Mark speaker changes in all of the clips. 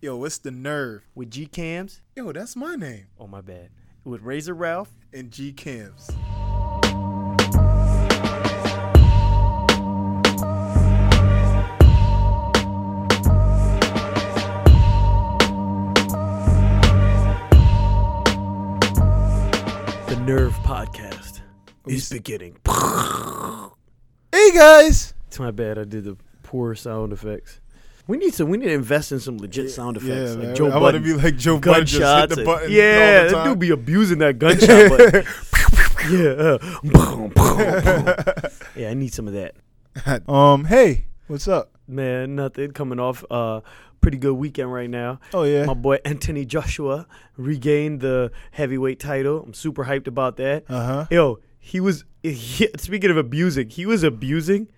Speaker 1: Yo, it's the nerve.
Speaker 2: with G Cams.
Speaker 1: Yo, that's my name.
Speaker 2: Oh my bad. With Razor Ralph.
Speaker 1: And G Camps.
Speaker 2: The Nerve Podcast is beginning.
Speaker 1: Hey guys.
Speaker 2: It's my bad. I did the poor sound effects. We need to. We need to invest in some legit sound effects, like
Speaker 1: man.
Speaker 2: Joe
Speaker 1: I want to
Speaker 2: Budden.
Speaker 1: be like Joe Budden. Just hit
Speaker 2: gunshots.
Speaker 1: the
Speaker 2: and-
Speaker 1: button.
Speaker 2: yeah,
Speaker 1: all the
Speaker 2: that
Speaker 1: time.
Speaker 2: dude be abusing that gunshot. button. yeah, uh, yeah. I need some of that.
Speaker 1: um, hey, what's up?
Speaker 2: Man, nothing coming off a uh, pretty good weekend right now.
Speaker 1: Oh yeah.
Speaker 2: My boy Anthony Joshua regained the heavyweight title. I'm super hyped about that.
Speaker 1: Uh huh.
Speaker 2: Yo, he was. He, speaking of abusing, he was abusing.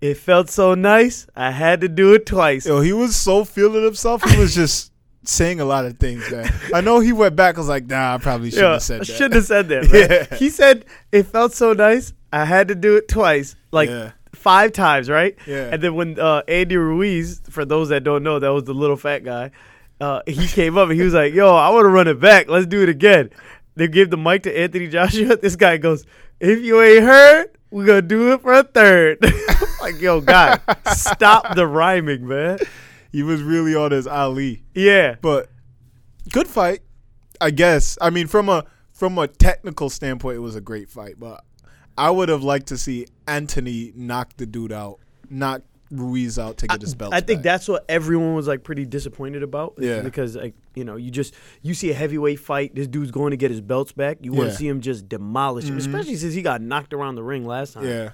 Speaker 2: It felt so nice. I had to do it twice.
Speaker 1: Yo, he was so feeling himself. He was just saying a lot of things that I know he went back. I was like, nah, I probably shouldn't
Speaker 2: Yeah,
Speaker 1: have said
Speaker 2: I
Speaker 1: that.
Speaker 2: shouldn't have said that. right?
Speaker 1: Yeah.
Speaker 2: He said it felt so nice. I had to do it twice, like
Speaker 1: Yeah.
Speaker 2: five times, right?
Speaker 1: Yeah.
Speaker 2: And then when uh, Andy Ruiz, for those that don't know, that was the little fat guy. Uh, he came up and he was like, "Yo, I want to run it back. Let's do it again." They give the mic to Anthony Joshua. This guy goes, "If you ain't heard, we're gonna do it for a third. like, yo, God, stop the rhyming, man.
Speaker 1: He was really on his Ali.
Speaker 2: Yeah,
Speaker 1: But good fight, I guess. I mean, from a from a technical standpoint, it was a great fight. But I would have liked to see Anthony knock the dude out, knock Ruiz out to get his belt.
Speaker 2: I think
Speaker 1: back.
Speaker 2: that's what everyone was like pretty disappointed about. is
Speaker 1: Yeah.
Speaker 2: Because like you know you just you see a heavyweight fight, this dude's going to get his belts back. You want to
Speaker 1: Yeah.
Speaker 2: see him just demolish him, especially since he got knocked around the ring last time.
Speaker 1: yeah.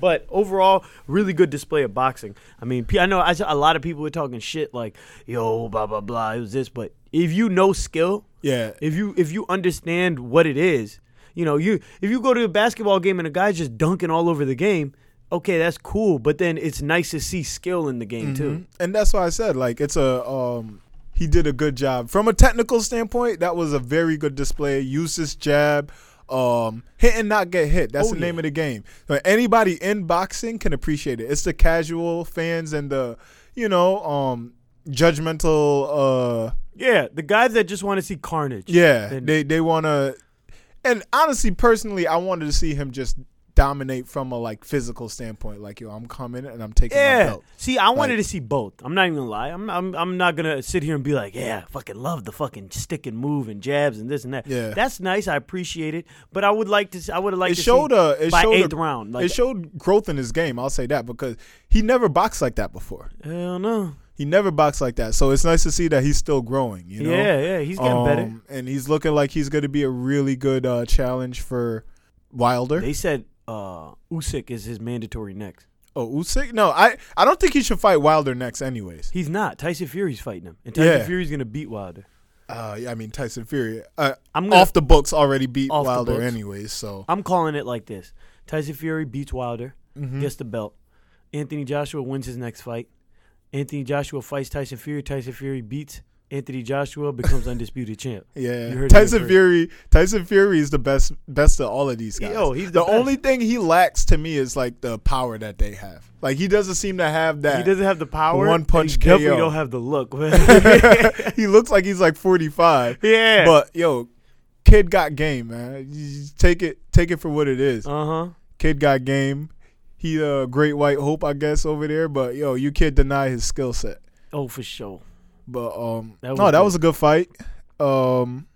Speaker 2: But overall, really good display of boxing. I mean, pe- I know I saw a lot of people were talking shit like yo blah blah blah. It was this, but if you know skill,
Speaker 1: Yeah.
Speaker 2: if you if you understand what it is, you know, you if you go to a basketball game and a guy's just dunking all over the game, okay, that's cool. But then it's nice to see skill in the game too.
Speaker 1: And that's why I said like it's a um he did a good job. From a technical standpoint, that was a very good display. Used his jab. Um, hit and not get hit. That's
Speaker 2: Oh,
Speaker 1: the name
Speaker 2: yeah.
Speaker 1: of the game. But anybody in boxing can appreciate it. It's the casual fans and the, you know, um, judgmental. Uh,
Speaker 2: Yeah, the guys that just want to see carnage.
Speaker 1: yeah,
Speaker 2: And-
Speaker 1: they they want to. And honestly, personally, I wanted to see him just dominate from a like physical standpoint. Like, yo, I'm coming and I'm taking my
Speaker 2: Yeah.
Speaker 1: belt.
Speaker 2: See, I wanted
Speaker 1: Like-
Speaker 2: to see both. I'm not even gonna lie. I'm, I'm I'm not gonna sit here and be like, yeah, I fucking love the fucking stick and move and jabs and this and that.
Speaker 1: Yeah.
Speaker 2: That's nice. I appreciate it. But I would like to. See, I would have liked
Speaker 1: it
Speaker 2: to
Speaker 1: showed
Speaker 2: see
Speaker 1: a it
Speaker 2: by
Speaker 1: showed a-
Speaker 2: eighth round. Like,
Speaker 1: it showed growth in his game. I'll say that because he never boxed like that before.
Speaker 2: hell no.
Speaker 1: He never boxed like that, so it's nice to see that he's still growing. You know,
Speaker 2: yeah, yeah. He's getting better.
Speaker 1: Um, and he's looking like he's going to be a really good uh, challenge for Wilder.
Speaker 2: They said uh Usyk is his mandatory next.
Speaker 1: oh, Usyk? No, I I don't think he should fight Wilder next, anyways.
Speaker 2: He's not. Tyson Fury's fighting him, and Tyson
Speaker 1: Yeah.
Speaker 2: Fury's gonna beat Wilder.
Speaker 1: Uh, yeah, I mean Tyson Fury uh,
Speaker 2: I'm gonna,
Speaker 1: off the books already beat
Speaker 2: Off the
Speaker 1: Wilder,
Speaker 2: books.
Speaker 1: anyways. So
Speaker 2: I'm calling it like this: Tyson Fury beats Wilder,
Speaker 1: Mm-hmm.
Speaker 2: gets the belt. Anthony Joshua wins his next fight. Anthony Joshua fights Tyson Fury. Tyson Fury beats Anthony Joshua, becomes undisputed champ. You
Speaker 1: Yeah,
Speaker 2: heard it here
Speaker 1: Tyson
Speaker 2: first.
Speaker 1: Fury. Tyson Fury is the best, best of all of these guys.
Speaker 2: Yo, he's the best.
Speaker 1: only thing he lacks to me is like the power that they have. Like he doesn't seem to have that.
Speaker 2: He doesn't have the power.
Speaker 1: One punch
Speaker 2: He definitely
Speaker 1: KO.
Speaker 2: don't have the look.
Speaker 1: he looks like he's like forty five.
Speaker 2: yeah.
Speaker 1: But yo, kid got game, man. You just take it, take it for what it is.
Speaker 2: uh huh.
Speaker 1: Kid got game. He uh, great white hope, I guess, over there. But yo, you can't deny his skill set.
Speaker 2: Oh, for sure.
Speaker 1: But um,
Speaker 2: That
Speaker 1: no,
Speaker 2: was
Speaker 1: that
Speaker 2: good.
Speaker 1: was a good fight. Um,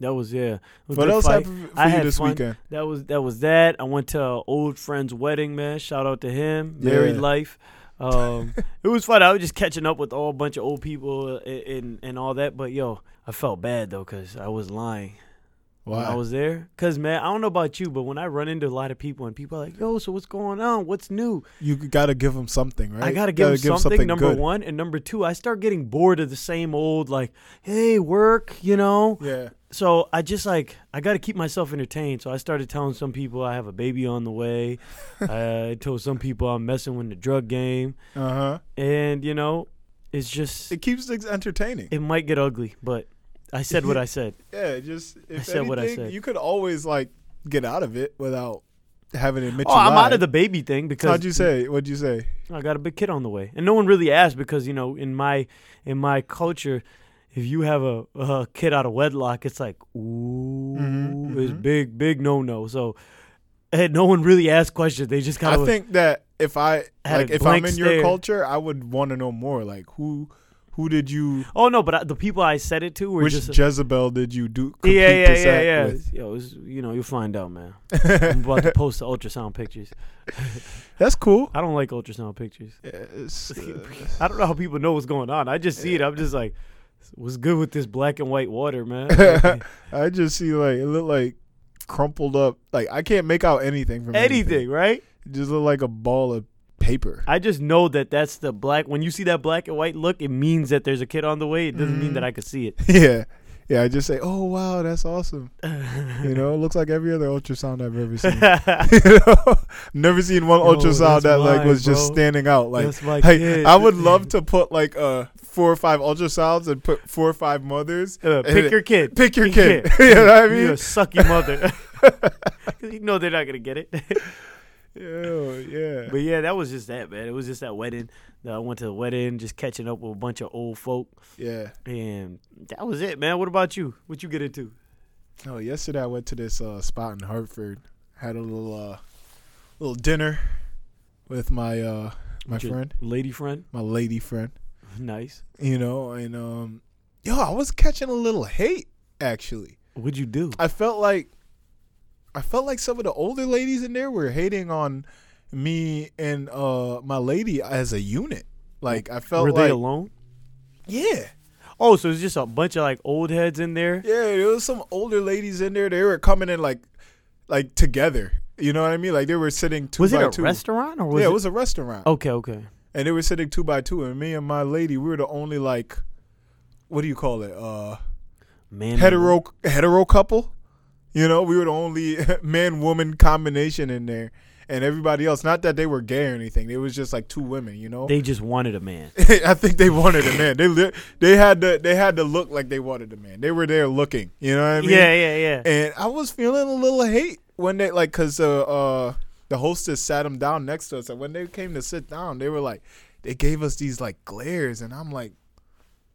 Speaker 2: That was yeah. It was a
Speaker 1: what
Speaker 2: good
Speaker 1: else
Speaker 2: fight.
Speaker 1: happened for
Speaker 2: I
Speaker 1: you
Speaker 2: had
Speaker 1: this
Speaker 2: fun.
Speaker 1: weekend?
Speaker 2: That was that was that. I went to an old friend's wedding, man. Shout out to him. Married
Speaker 1: Yeah.
Speaker 2: life. Um, it was fun. I was just catching up with all a bunch of old people a- and and all that. But yo, I felt bad though because I was lying when I
Speaker 1: Wow.
Speaker 2: was there. Cause man, I don't know about you, but when I run into a lot of people and people are like, "Yo, so what's going on? What's new?"
Speaker 1: You gotta give him something, right?
Speaker 2: I gotta
Speaker 1: You
Speaker 2: give 'em something, Number
Speaker 1: good.
Speaker 2: one and number two, I start getting bored of the same old like, "Hey, work," you know.
Speaker 1: Yeah.
Speaker 2: so I just like I got to keep myself entertained. So I started telling some people I have a baby on the way. I uh, told some people I'm messing with the drug game,
Speaker 1: Uh huh.
Speaker 2: and you know, it's just
Speaker 1: It keeps things entertaining.
Speaker 2: it might get ugly, but I said what I said.
Speaker 1: yeah. Just if
Speaker 2: said
Speaker 1: anything,
Speaker 2: what I said.
Speaker 1: you could always like get out of it without haven't admitted.
Speaker 2: Oh, I'm out of the baby thing because
Speaker 1: How'd you say? What'd you say?
Speaker 2: I got a big kid on the way, and no one really asked because you know in my in my culture, if you have a, a kid out of wedlock, it's like ooh,
Speaker 1: Mhm,
Speaker 2: it's
Speaker 1: mhm.
Speaker 2: big big no no. So, and no one really asked questions. They just kind
Speaker 1: I
Speaker 2: of
Speaker 1: think that if I
Speaker 2: Had a
Speaker 1: like if
Speaker 2: blank
Speaker 1: I'm in
Speaker 2: stare.
Speaker 1: your culture, I would want to know more. Like who who did you?
Speaker 2: oh no, but I, the people I said it to were
Speaker 1: Which
Speaker 2: just
Speaker 1: Jezebel did you do? compete
Speaker 2: yeah yeah
Speaker 1: this
Speaker 2: yeah
Speaker 1: act
Speaker 2: yeah.
Speaker 1: with?
Speaker 2: Yo, it's, you know you'll find out, man. I'm about to post the ultrasound pictures.
Speaker 1: That's cool.
Speaker 2: I don't like ultrasound pictures.
Speaker 1: It's, uh,
Speaker 2: I don't know how people know what's going on. I just see it. I'm just like, what's good with this black and white water, man?
Speaker 1: I just see like it looked like crumpled up. Like I can't make out anything from
Speaker 2: Anything, right?
Speaker 1: It just looked like a ball of paper.
Speaker 2: I just know that that's the black. When you see that black and white look, it means that there's a kid on the way. It doesn't mean
Speaker 1: Mhm.
Speaker 2: that I could see it.
Speaker 1: yeah, yeah. I just say, oh wow, that's awesome. You know, it looks like every other ultrasound I've ever seen. You know? Never seen one
Speaker 2: Yo,
Speaker 1: ultrasound
Speaker 2: that's
Speaker 1: that like
Speaker 2: mine,
Speaker 1: was just
Speaker 2: bro.
Speaker 1: standing out. Like,
Speaker 2: That's my
Speaker 1: like
Speaker 2: kid.
Speaker 1: I would love to put like uh four or five ultrasounds and put four or five mothers.
Speaker 2: Uh, pick your kid.
Speaker 1: Pick your kid. You know what I mean?
Speaker 2: You're a sucky mother. you know they're not gonna get it.
Speaker 1: Ew, yeah.
Speaker 2: But yeah, that was just that, man. It was just that wedding. That I went to the wedding, just catching up with a bunch of old folk,
Speaker 1: yeah.
Speaker 2: and that was it, man. What about you? What you get into?
Speaker 1: Oh, yesterday I went to this uh, spot in Hartford. Had a little uh, little dinner with my uh, my
Speaker 2: With your
Speaker 1: friend,
Speaker 2: lady friend,
Speaker 1: my lady friend.
Speaker 2: nice.
Speaker 1: You know, and um, yo, I was catching a little hate actually.
Speaker 2: What'd you do?
Speaker 1: I felt like I felt like some of the older ladies in there were hating on me and uh my lady as a unit. Like I felt
Speaker 2: Were they
Speaker 1: like
Speaker 2: alone?
Speaker 1: yeah.
Speaker 2: Oh, so it's just a bunch of like old heads in there.
Speaker 1: Yeah, there was some older ladies in there. They were coming in like like together. You know what I mean? Like they were sitting two
Speaker 2: was it
Speaker 1: by
Speaker 2: a
Speaker 1: two.
Speaker 2: restaurant or was
Speaker 1: yeah,
Speaker 2: it? Oh.
Speaker 1: it was a restaurant.
Speaker 2: okay, okay.
Speaker 1: And they were sitting two by two and me and my lady, we were the only like what do you call it? Uh
Speaker 2: Man,
Speaker 1: hetero hetero couple. You know, we were the only man woman combination in there, and everybody else. Not that they were gay or anything. It was just like two women. You know,
Speaker 2: They just wanted a man.
Speaker 1: I think they wanted a man. They li- they had to they had to look like they wanted a man. They were there looking. You know what I mean?
Speaker 2: yeah, yeah, yeah.
Speaker 1: And I was feeling a little hate when they like because uh, uh the hostess sat them down next to us, and when they came to sit down, they were like they gave us these like glares, and I'm like.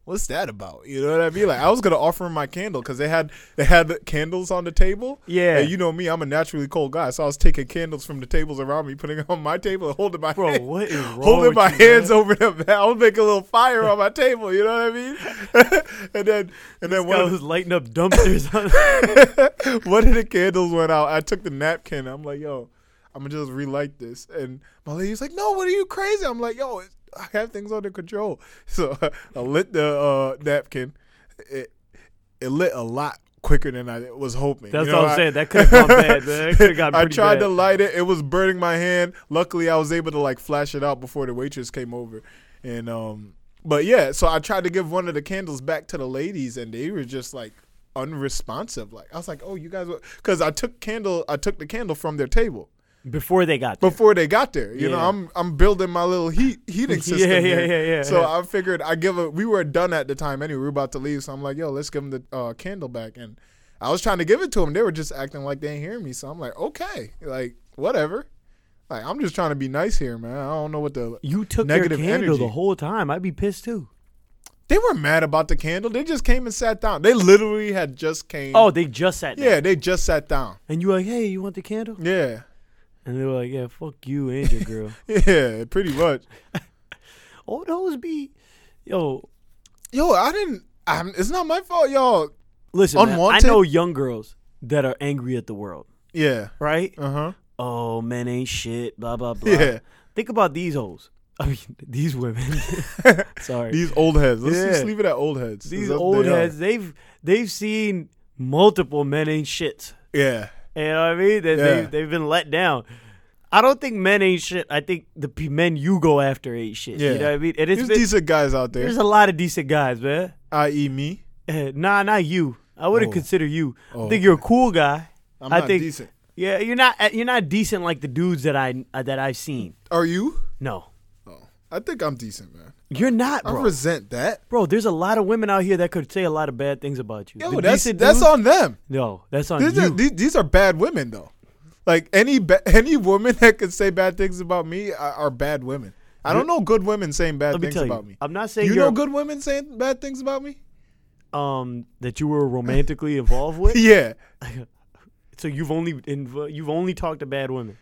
Speaker 1: What's that about? You know what I mean? Like I was gonna offer 'em my candle because they had they had the candles on the table.
Speaker 2: Yeah.
Speaker 1: and you know me, I'm a naturally cold guy, so I was taking candles from the tables around me, putting it on my table, and holding my
Speaker 2: Bro,
Speaker 1: hand-
Speaker 2: what is wrong?
Speaker 1: holding
Speaker 2: with
Speaker 1: my
Speaker 2: you, man?
Speaker 1: hands over them. I was making a little fire on my table. You know what I mean? and then and then
Speaker 2: This
Speaker 1: one
Speaker 2: guy
Speaker 1: of the-
Speaker 2: was lighting up dumpsters. on-
Speaker 1: one of the candles went out. I took the napkin. I'm like, yo, I'm gonna just relight this. And my lady's like, no, what are you crazy? I'm like, yo, it's, I have things under control. So I lit the uh, napkin. It it lit a lot quicker than I was hoping.
Speaker 2: That's
Speaker 1: You know,
Speaker 2: what I'm
Speaker 1: I-
Speaker 2: saying. That could have gone bad, man. That could have gotten
Speaker 1: I
Speaker 2: pretty
Speaker 1: tried
Speaker 2: bad.
Speaker 1: to light it. It was burning my hand. Luckily, I was able to like flash it out before the waitress came over. And um, but yeah, so I tried to give one of the candles back to the ladies, and they were just like unresponsive. Like I was like, oh, you guys, because I took candle, I took the candle from their table
Speaker 2: before they got there.
Speaker 1: before they got there. You know,
Speaker 2: Yeah.
Speaker 1: I'm I'm building my little heat heating
Speaker 2: Yeah,
Speaker 1: system.
Speaker 2: yeah,
Speaker 1: here.
Speaker 2: yeah, yeah,
Speaker 1: So
Speaker 2: yeah.
Speaker 1: I figured I give a. We were done at the time anyway. We were about to leave, so I'm like, yo, let's give them the uh, candle back. And I was trying to give it to them. They were just acting like they ain't hearing me. So I'm like, okay, like whatever. Like I'm just trying to be nice here, man. I don't know what the.
Speaker 2: You took
Speaker 1: Negative
Speaker 2: their candle the
Speaker 1: energy.
Speaker 2: whole time. I'd be pissed too.
Speaker 1: They were mad about the candle. They just came and sat down. They literally had just came.
Speaker 2: Oh, they just sat down.
Speaker 1: yeah, they just sat down.
Speaker 2: And you were like, hey, you want the candle?
Speaker 1: Yeah,
Speaker 2: And they were like, yeah, fuck you and your girl.
Speaker 1: yeah, pretty much.
Speaker 2: Old hoes be, yo,
Speaker 1: Yo, I didn't. I'm, it's not my fault, y'all.
Speaker 2: listen, man, I
Speaker 1: Unwanted?
Speaker 2: know young girls that are angry at the world,
Speaker 1: Yeah.
Speaker 2: right?
Speaker 1: Uh huh.
Speaker 2: Oh, men ain't shit, blah, blah, blah.
Speaker 1: Yeah.
Speaker 2: Think about these hoes. I mean, these women. Sorry. These,
Speaker 1: These old heads. Let's
Speaker 2: Yeah.
Speaker 1: just leave it at old heads. 'cause that's what
Speaker 2: old
Speaker 1: they are.
Speaker 2: heads, they've they've seen multiple men ain't shits.
Speaker 1: Yeah.
Speaker 2: You know what I mean? That they,
Speaker 1: Yeah.
Speaker 2: they've been let down. I don't think men ain't shit. I think the p- men you go after ain't shit. You
Speaker 1: Yeah.
Speaker 2: know what I mean? And it's
Speaker 1: There's
Speaker 2: been-
Speaker 1: decent guys out
Speaker 2: there's
Speaker 1: there,
Speaker 2: a lot of decent guys, man.
Speaker 1: i.e., me.
Speaker 2: Eh, Nah, not you. I wouldn't
Speaker 1: Oh.
Speaker 2: consider you. I
Speaker 1: Oh,
Speaker 2: think you're a cool guy.
Speaker 1: I'm
Speaker 2: I
Speaker 1: not
Speaker 2: think-
Speaker 1: decent.
Speaker 2: Yeah, you're not. eh, You're not decent like the dudes that I uh, that I've seen.
Speaker 1: Are you?
Speaker 2: No,
Speaker 1: Oh, I think I'm decent, man.
Speaker 2: you're not,
Speaker 1: I
Speaker 2: bro.
Speaker 1: resent that.
Speaker 2: bro, there's a lot of women out here that could say a lot of bad things about you.
Speaker 1: Yo,
Speaker 2: The
Speaker 1: that's
Speaker 2: decent
Speaker 1: that's
Speaker 2: dudes-
Speaker 1: on them.
Speaker 2: No, that's on
Speaker 1: These
Speaker 2: you.
Speaker 1: are, these, these are bad women, though. Like any ba- any woman that could say bad things about me are, are bad women. I don't know good women saying bad
Speaker 2: Let me
Speaker 1: things
Speaker 2: tell you,
Speaker 1: about me.
Speaker 2: I'm not saying
Speaker 1: You
Speaker 2: you are
Speaker 1: know good women saying bad things about me?
Speaker 2: um that you were romantically involved with.
Speaker 1: Yeah.
Speaker 2: So you've only inv- you've only talked to bad women.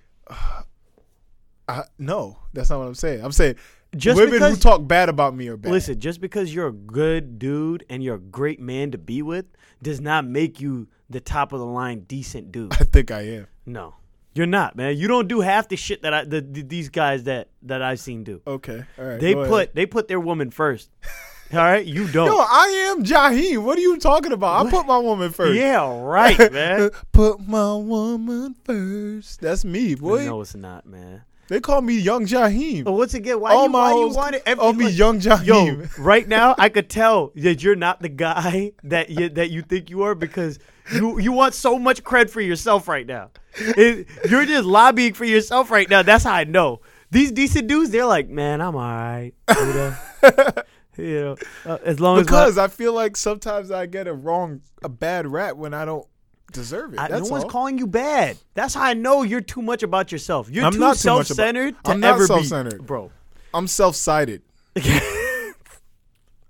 Speaker 1: I, no, that's not what I'm saying. I'm saying
Speaker 2: Just
Speaker 1: women who
Speaker 2: because-
Speaker 1: talk bad about me are bad.
Speaker 2: Listen, just because you're a good dude and you're a great man to be with does not make you the top of the line decent dude.
Speaker 1: I think I am.
Speaker 2: No. You're not, man. You don't do half the shit that I the, the- these guys that that I've seen do.
Speaker 1: Okay. All right.
Speaker 2: They
Speaker 1: go ahead.
Speaker 2: put they put their woman first. All right? You don't.
Speaker 1: No, I am Jaheem. What are you talking about? I put my woman first. Uh,
Speaker 2: yeah, right, man.
Speaker 1: Put my woman first. That's me, boy.
Speaker 2: No, it's not, man.
Speaker 1: They call me Young Jaheem.
Speaker 2: But once again, why
Speaker 1: All
Speaker 2: you,
Speaker 1: my
Speaker 2: why you
Speaker 1: hoes
Speaker 2: want it? every-
Speaker 1: call me
Speaker 2: look,
Speaker 1: Young
Speaker 2: Yo,
Speaker 1: Jaheem.
Speaker 2: right now I could tell that you're not the guy that you, that you think you are because you you want so much cred for yourself right now. It- you're just lobbying for yourself right now. That's how I know these decent dudes. They're like, man, I'm all right. You know, You know, uh, as long as
Speaker 1: because I feel like sometimes I get a wrong, a bad rap when I don't deserve it.
Speaker 2: my, I- no
Speaker 1: That's
Speaker 2: one's
Speaker 1: all.
Speaker 2: calling you bad. That's how I know you're too much about yourself. You're
Speaker 1: I'm
Speaker 2: too
Speaker 1: not too much about-
Speaker 2: self-centered to
Speaker 1: I'm not
Speaker 2: ever be-
Speaker 1: self-centered.
Speaker 2: bro.
Speaker 1: I'm self-sided.
Speaker 2: All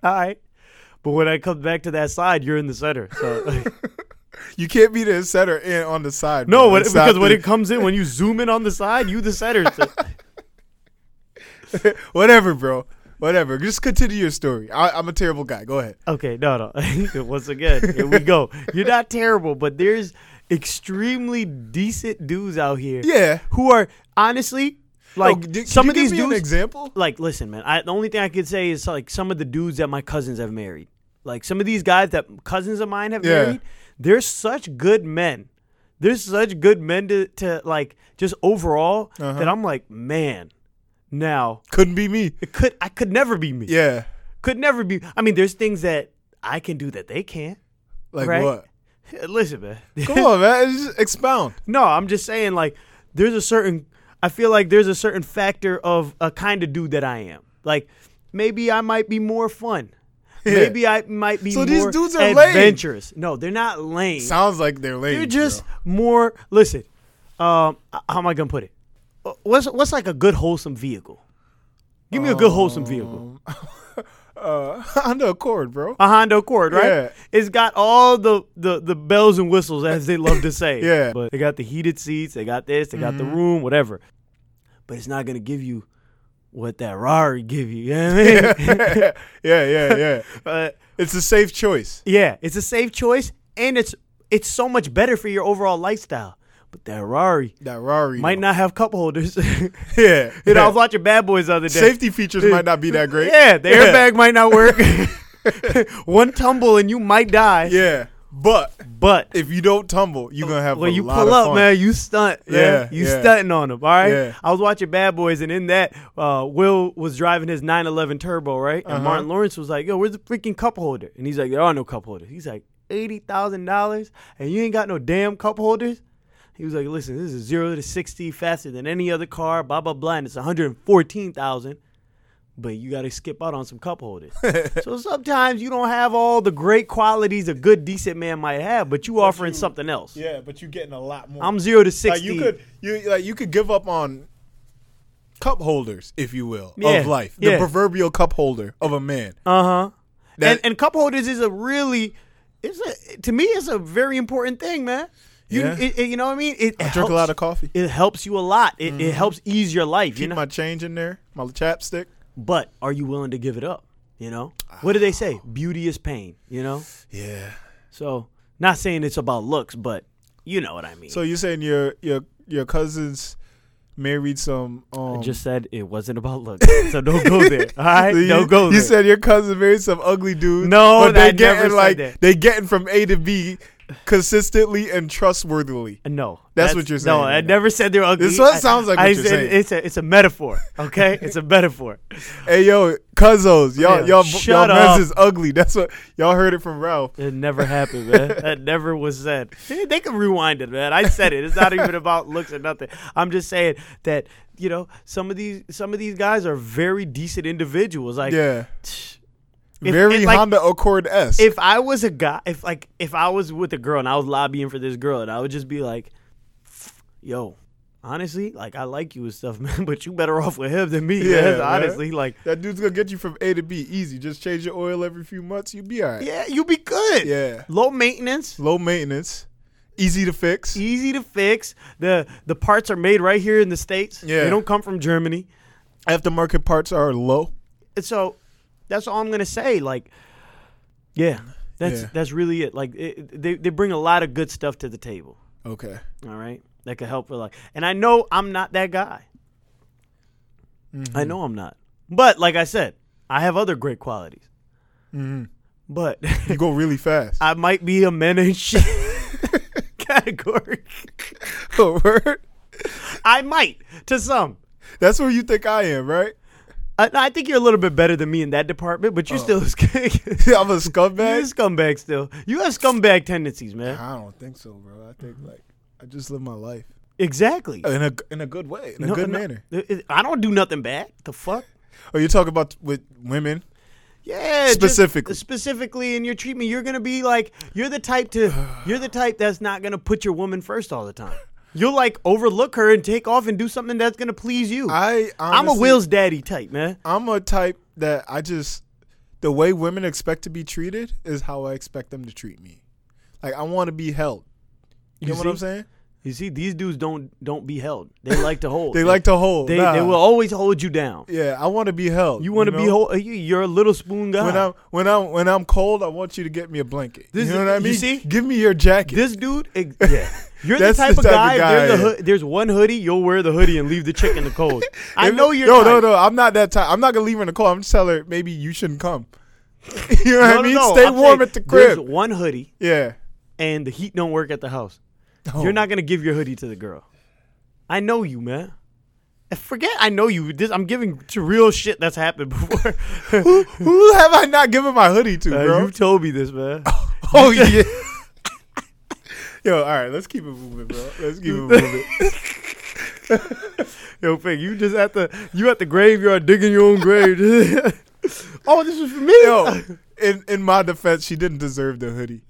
Speaker 2: right. But when I come back to that side, you're in the center. So
Speaker 1: You can't be the center and on the side.
Speaker 2: no,
Speaker 1: bro.
Speaker 2: when,
Speaker 1: It's
Speaker 2: because
Speaker 1: not
Speaker 2: when
Speaker 1: the-
Speaker 2: it comes in, when you zoom in on the side, you the center. So-
Speaker 1: whatever, bro, whatever. Just continue your story. I, I'm a terrible guy. Go ahead.
Speaker 2: okay, no, no. Once again, here we go. You're not terrible, but there's extremely decent dudes out here.
Speaker 1: Yeah.
Speaker 2: Who are honestly
Speaker 1: Like
Speaker 2: like
Speaker 1: oh, did,
Speaker 2: some
Speaker 1: can
Speaker 2: of
Speaker 1: you
Speaker 2: these
Speaker 1: give me an
Speaker 2: dudes.
Speaker 1: example.
Speaker 2: like, listen, man. I, the only thing I could say is like some of the dudes that my cousins have married. Like some of these guys that cousins of mine have
Speaker 1: Yeah.
Speaker 2: married. They're such good men. They're such good men to, to like just overall
Speaker 1: Uh-huh.
Speaker 2: that I'm like, man. Now
Speaker 1: Couldn't be me.
Speaker 2: it could I could never be me.
Speaker 1: Yeah.
Speaker 2: Could never be. I mean, there's things that I can do that they can't.
Speaker 1: Like
Speaker 2: Right.
Speaker 1: what?
Speaker 2: Listen, man.
Speaker 1: Come on, man. It's Just expound.
Speaker 2: No, I'm just saying like there's a certain I feel like there's a certain factor of a kind of dude that I am. Like maybe I might be more fun.
Speaker 1: Yeah.
Speaker 2: Maybe I might be
Speaker 1: So
Speaker 2: more
Speaker 1: these dudes are lame.
Speaker 2: adventurous. No, they're not lame.
Speaker 1: Sounds like they're lame.
Speaker 2: they're just more listen. Um h- how am I going to put it? Uh, What's what's like a good wholesome vehicle? Give me a good wholesome vehicle.
Speaker 1: bro. uh, under a cord, bro.
Speaker 2: a Honda Accord, right?
Speaker 1: Yeah.
Speaker 2: It's got all the, the the bells and whistles, as they love to say.
Speaker 1: Yeah. Mm-hmm.
Speaker 2: But they got the heated seats, they got this, they got the room, whatever. But it's not gonna give you what that Rari give you. You know what I mean?
Speaker 1: yeah, yeah, yeah.
Speaker 2: Uh,
Speaker 1: It's a safe choice.
Speaker 2: yeah, it's a safe choice, and it's it's so much better for your overall lifestyle. But that Rari
Speaker 1: That Rari
Speaker 2: might not have cup holders. you
Speaker 1: Yeah,
Speaker 2: know, I
Speaker 1: yeah.
Speaker 2: was watching Bad Boys the other day.
Speaker 1: safety features might not be that great.
Speaker 2: Yeah, the airbag might not work. One tumble and you might die.
Speaker 1: Yeah, but
Speaker 2: But
Speaker 1: if you don't tumble, you're gonna have
Speaker 2: When
Speaker 1: a
Speaker 2: you
Speaker 1: lot
Speaker 2: pull
Speaker 1: of
Speaker 2: up,
Speaker 1: fun.
Speaker 2: man, you stunt. Yeah,
Speaker 1: Yeah,
Speaker 2: you
Speaker 1: yeah.
Speaker 2: stunting on them. All right.
Speaker 1: Yeah.
Speaker 2: I was watching Bad Boys, and in that, uh, Will was driving his 911 Turbo, right? And
Speaker 1: Uh-huh.
Speaker 2: Martin Lawrence was like, "Yo, where's the freaking cup holder?" And he's like, "There are no cup holders." He's like, 80000 dollars, and you ain't got no damn cup holders." He was like, "Listen, this is zero to sixty faster than any other car, blah blah blah, and it's one hundred fourteen thousand, but you got to skip out on some cup holders." so sometimes you don't have all the great qualities a good decent man might have, but you offering something else.
Speaker 1: Yeah, but you're getting a lot more.
Speaker 2: I'm zero to
Speaker 1: like
Speaker 2: sixty.
Speaker 1: you could you like you could give up on cup holders, if you will,
Speaker 2: Yeah,
Speaker 1: of life.
Speaker 2: yeah.
Speaker 1: The proverbial cup holder of a man.
Speaker 2: uh huh. And
Speaker 1: That-
Speaker 2: and cup holders is a really, it's a to me it's a very important thing, man. You
Speaker 1: Yeah.
Speaker 2: it, it- you know what I mean? It
Speaker 1: I drink a lot of coffee. Mm-hmm.
Speaker 2: It helps you a lot. It, it helps ease your life. You
Speaker 1: Keep
Speaker 2: know,
Speaker 1: my change in there, my chapstick.
Speaker 2: but are you willing to give it up? You know, what do they say?
Speaker 1: Ah.
Speaker 2: Beauty is pain. You know,
Speaker 1: Yeah.
Speaker 2: so not saying it's about looks, but you know what I mean.
Speaker 1: So you're saying your your your cousins married some um
Speaker 2: just said it wasn't about looks, so don't go there. All right,
Speaker 1: you,
Speaker 2: don't go there.
Speaker 1: you said your cousin married some ugly dude.
Speaker 2: No,
Speaker 1: but they
Speaker 2: I never
Speaker 1: getting
Speaker 2: said
Speaker 1: like
Speaker 2: that.
Speaker 1: they getting from A to B consistently and trustworthily.
Speaker 2: Uh, No,
Speaker 1: That's what you're saying
Speaker 2: No,
Speaker 1: right
Speaker 2: I
Speaker 1: now.
Speaker 2: never said they're ugly.
Speaker 1: This is what
Speaker 2: I-
Speaker 1: it sounds like
Speaker 2: I
Speaker 1: what you're
Speaker 2: said
Speaker 1: saying.
Speaker 2: It's a it's a metaphor. Okay, it's a metaphor.
Speaker 1: Hey yo, cousins, y'all
Speaker 2: Yeah,
Speaker 1: y'all
Speaker 2: shut
Speaker 1: y'all mans
Speaker 2: up.
Speaker 1: is ugly. That's what y'all heard it from Ralph.
Speaker 2: It never happened, man. that never was said. They, they can rewind it, man. I said it. It's not even about looks or nothing. I'm just saying that you know some of these some of these guys are very decent individuals. Like
Speaker 1: Yeah.
Speaker 2: tch, if-
Speaker 1: Very
Speaker 2: if, like,
Speaker 1: Honda Accord S.
Speaker 2: if I was a guy, if like if I was with a girl and I was lobbying for this girl, and I would just be like, yo, honestly, like I like you and stuff, man, but you better off with him than me.
Speaker 1: Yeah,
Speaker 2: Yeah,
Speaker 1: man.
Speaker 2: honestly, like
Speaker 1: That dude's gonna get you from A to B easy. Just change your oil every few months, you'll be all right.
Speaker 2: yeah, you be good.
Speaker 1: Yeah.
Speaker 2: Low maintenance,
Speaker 1: Low maintenance, easy to fix.
Speaker 2: easy to fix. The the parts are made right here in the states.
Speaker 1: Yeah.
Speaker 2: They don't come from Germany.
Speaker 1: Aftermarket parts are low.
Speaker 2: And so that's all I'm gonna say. Like, yeah, that's
Speaker 1: Yeah.
Speaker 2: that's really it. Like, it, they they bring a lot of good stuff to the table.
Speaker 1: Okay.
Speaker 2: All right, that could help with like. And I know I'm not that guy.
Speaker 1: Mm-hmm.
Speaker 2: I know I'm not. But like I said, I have other great qualities.
Speaker 1: Mhm.
Speaker 2: But
Speaker 1: You go really fast.
Speaker 2: I might be a men and shit category.
Speaker 1: Oh, word?
Speaker 2: I might to some.
Speaker 1: That's where you think I am, right?
Speaker 2: I, I think you're a little bit better than me in that department,
Speaker 1: Oh.
Speaker 2: but you're still a scumbag.
Speaker 1: I'm a
Speaker 2: You're a
Speaker 1: scumbag.
Speaker 2: scumbag still. You have scumbag tendencies, man.
Speaker 1: I don't think so, bro. I think like I just live my life
Speaker 2: Exactly.
Speaker 1: in a in a good way, in a
Speaker 2: No,
Speaker 1: good
Speaker 2: no,
Speaker 1: manner.
Speaker 2: it- it- I don't do nothing bad. The fuck?
Speaker 1: Oh, you're talking about with women?
Speaker 2: Yeah, just
Speaker 1: Specifically.
Speaker 2: specifically in your treatment, you're gonna be like, you're the type to, you're the type that's not gonna put your woman first all the time. You'll like overlook her and take off and do something that's gonna please you.
Speaker 1: I
Speaker 2: I'm a
Speaker 1: honestly-
Speaker 2: Will's daddy type, man.
Speaker 1: I'm a type that I just the way women expect to be treated is how I expect them to treat me. Like I want to be held. You, know what
Speaker 2: see?
Speaker 1: I'm saying?
Speaker 2: You see, these dudes don't don't be held. They like to hold.
Speaker 1: They like to hold.
Speaker 2: They,
Speaker 1: nah.
Speaker 2: they will always hold you down.
Speaker 1: Yeah, I want to be held.
Speaker 2: You want to be
Speaker 1: know?
Speaker 2: hold. you- You're a little spoon guy.
Speaker 1: When I'm when I'm when I'm cold, I want you to get me a blanket.
Speaker 2: This
Speaker 1: you
Speaker 2: is-
Speaker 1: know what I
Speaker 2: you
Speaker 1: mean?
Speaker 2: see?
Speaker 1: Give me your jacket.
Speaker 2: This dude, ex- yeah. You're the
Speaker 1: That's
Speaker 2: type,
Speaker 1: the type of
Speaker 2: of, guy,
Speaker 1: guy
Speaker 2: There's,
Speaker 1: I
Speaker 2: a,
Speaker 1: am.
Speaker 2: hoo- there's one hoodie. You'll wear the hoodie and leave the chick in the cold. I know you're.
Speaker 1: No,
Speaker 2: type.
Speaker 1: no, no. I'm not that type. I'm not gonna leave her in the cold. I'm just telling her maybe you shouldn't come. you know what I
Speaker 2: No, no,
Speaker 1: mean?
Speaker 2: no,
Speaker 1: Stay
Speaker 2: I'm
Speaker 1: warm
Speaker 2: saying
Speaker 1: at the
Speaker 2: There's
Speaker 1: crib.
Speaker 2: one hoodie,
Speaker 1: Yeah.
Speaker 2: and the heat don't work at the house.
Speaker 1: Oh.
Speaker 2: You're not gonna give your hoodie to the girl. I know you, man. And Forget I know you. This, I'm giving to real shit that's happened before.
Speaker 1: Who, who have I not given my hoodie to,
Speaker 2: Uh,
Speaker 1: bro?
Speaker 2: you told me this, man.
Speaker 1: Oh yeah. Yo, all right, let's keep it moving, bro. Let's keep it moving.
Speaker 2: Yo, Fig, you just at the you at the graveyard digging your own grave. oh, this was for me.
Speaker 1: Yo, in in my defense, she didn't deserve the hoodie.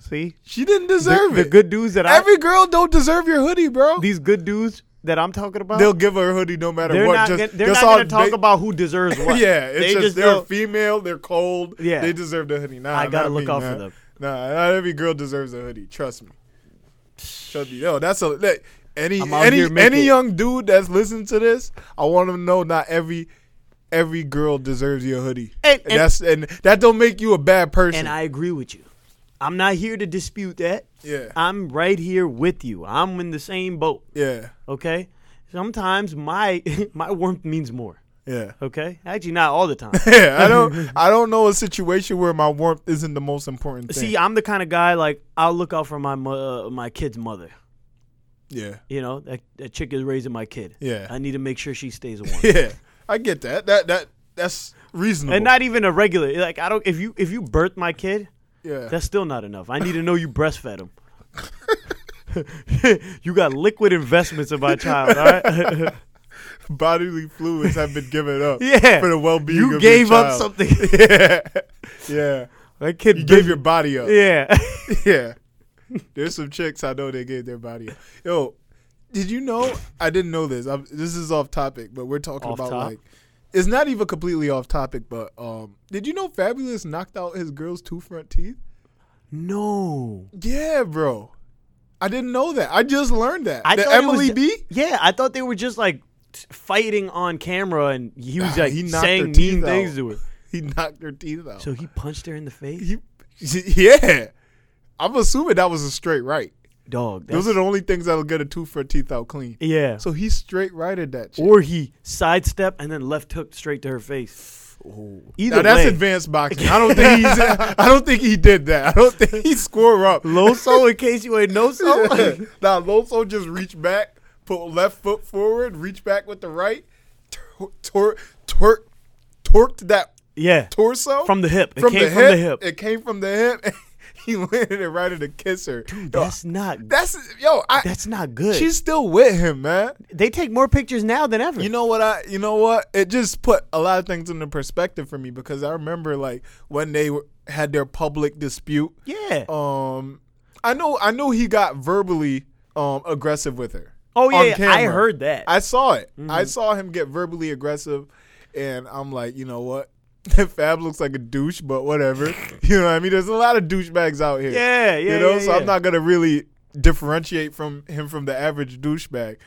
Speaker 2: See,
Speaker 1: She didn't
Speaker 2: the,
Speaker 1: deserve
Speaker 2: the
Speaker 1: it.
Speaker 2: good dudes that I
Speaker 1: Every girl don't deserve your hoodie, bro.
Speaker 2: these good dudes that I'm talking about,
Speaker 1: They'll give her a hoodie no matter
Speaker 2: they're
Speaker 1: what.
Speaker 2: not,
Speaker 1: just,
Speaker 2: gonna, they're
Speaker 1: that's
Speaker 2: not
Speaker 1: all
Speaker 2: gonna talk
Speaker 1: they-
Speaker 2: about who deserves what.
Speaker 1: Yeah, it's
Speaker 2: They
Speaker 1: just,
Speaker 2: just
Speaker 1: they're
Speaker 2: don't-
Speaker 1: female, they're cold.
Speaker 2: Yeah.
Speaker 1: they deserve the hoodie. Nah,
Speaker 2: I gotta
Speaker 1: not
Speaker 2: look
Speaker 1: me,
Speaker 2: out for
Speaker 1: nah.
Speaker 2: them.
Speaker 1: Nah, not every girl deserves a hoodie. Trust me. Trust me. Yo, that's a that, any
Speaker 2: I'm out
Speaker 1: any
Speaker 2: here making-
Speaker 1: any young dude that's listening to this. I want them to know not every every girl deserves your hoodie.
Speaker 2: And- and-
Speaker 1: that's and that don't make you a bad person.
Speaker 2: and I agree with you. I'm not here to dispute that.
Speaker 1: yeah,
Speaker 2: I'm right here with you. I'm in the same boat.
Speaker 1: yeah,
Speaker 2: Okay. Sometimes my my warmth means more.
Speaker 1: yeah.
Speaker 2: Okay. Actually, not all the time.
Speaker 1: Yeah, I don't. I don't know a situation where my warmth isn't the most important thing.
Speaker 2: See, I'm the kind of guy like I'll look out for my mo- uh, my kid's mother.
Speaker 1: yeah,
Speaker 2: You know that that chick is raising my kid.
Speaker 1: Yeah.
Speaker 2: I need to make sure she stays warm.
Speaker 1: yeah. I get that. That that that's reasonable.
Speaker 2: and not even a regular. Like I don't. If you if you birth my kid,
Speaker 1: yeah,
Speaker 2: That's still not enough. I need to know you breastfed him. you got liquid investments in my child, all right?
Speaker 1: bodily fluids have been given up.
Speaker 2: yeah.
Speaker 1: for the well being.
Speaker 2: you gave up
Speaker 1: something.
Speaker 2: something.
Speaker 1: yeah, yeah.
Speaker 2: that kid
Speaker 1: You
Speaker 2: big-
Speaker 1: gave your body up.
Speaker 2: Yeah.
Speaker 1: Yeah. There's some chicks I know they gave their body up. Yo, did you know? I didn't know this. I'm, this is off topic, but we're talking
Speaker 2: Off
Speaker 1: about
Speaker 2: top?
Speaker 1: like it's not even completely off topic. But um, did you know Fabulous knocked out his girl's two front teeth?
Speaker 2: no.
Speaker 1: Yeah, bro. I didn't know that. I just learned that.
Speaker 2: I
Speaker 1: The
Speaker 2: thought it was
Speaker 1: Emily
Speaker 2: d-
Speaker 1: B.
Speaker 2: Yeah, I thought they were just like t- fighting on camera and he was like
Speaker 1: He knocked her
Speaker 2: saying mean
Speaker 1: teeth
Speaker 2: things
Speaker 1: out.
Speaker 2: to her.
Speaker 1: He knocked her teeth out.
Speaker 2: So he punched her in the face?
Speaker 1: he, yeah. I'm assuming that was a straight right.
Speaker 2: Dog.
Speaker 1: Those
Speaker 2: That's,
Speaker 1: are the only things that'll get a tooth for a teeth out clean.
Speaker 2: yeah.
Speaker 1: So he straight righted that shit.
Speaker 2: or he sidestepped and then left hook straight to her face. Either
Speaker 1: Now that's
Speaker 2: way.
Speaker 1: advanced boxing. I don't think he's. I don't think he did that. I don't think he score up.
Speaker 2: Loso, in case you ain't know so.
Speaker 1: now Loso just reached back, put left foot forward, reach back with the right, tor- tor- tor- torqued that
Speaker 2: yeah.
Speaker 1: torso
Speaker 2: From the hip. It
Speaker 1: from
Speaker 2: came
Speaker 1: the
Speaker 2: from
Speaker 1: hip.
Speaker 2: the hip.
Speaker 1: It came from the hip. And he landed it right in the kisser. Dude,
Speaker 2: That's not
Speaker 1: that's yo. I,
Speaker 2: that's not good.
Speaker 1: she's still with him, man.
Speaker 2: they take more pictures now than ever.
Speaker 1: You know what I? You know what? It just put a lot of things into perspective for me because I remember like when they were, had their public dispute.
Speaker 2: yeah.
Speaker 1: uh, Um, I know, I know he got verbally um aggressive with her.
Speaker 2: Oh yeah,
Speaker 1: on
Speaker 2: yeah, I
Speaker 1: camera.
Speaker 2: heard that. Mm-hmm.
Speaker 1: I saw it. I saw him get verbally aggressive, and I'm like, you know what? Fab looks like a douche, but whatever. you know what I mean? There's a lot of douchebags out here.
Speaker 2: yeah, yeah.
Speaker 1: you know,
Speaker 2: yeah,
Speaker 1: so
Speaker 2: yeah.
Speaker 1: I'm not gonna really differentiate from him from the average douchebag.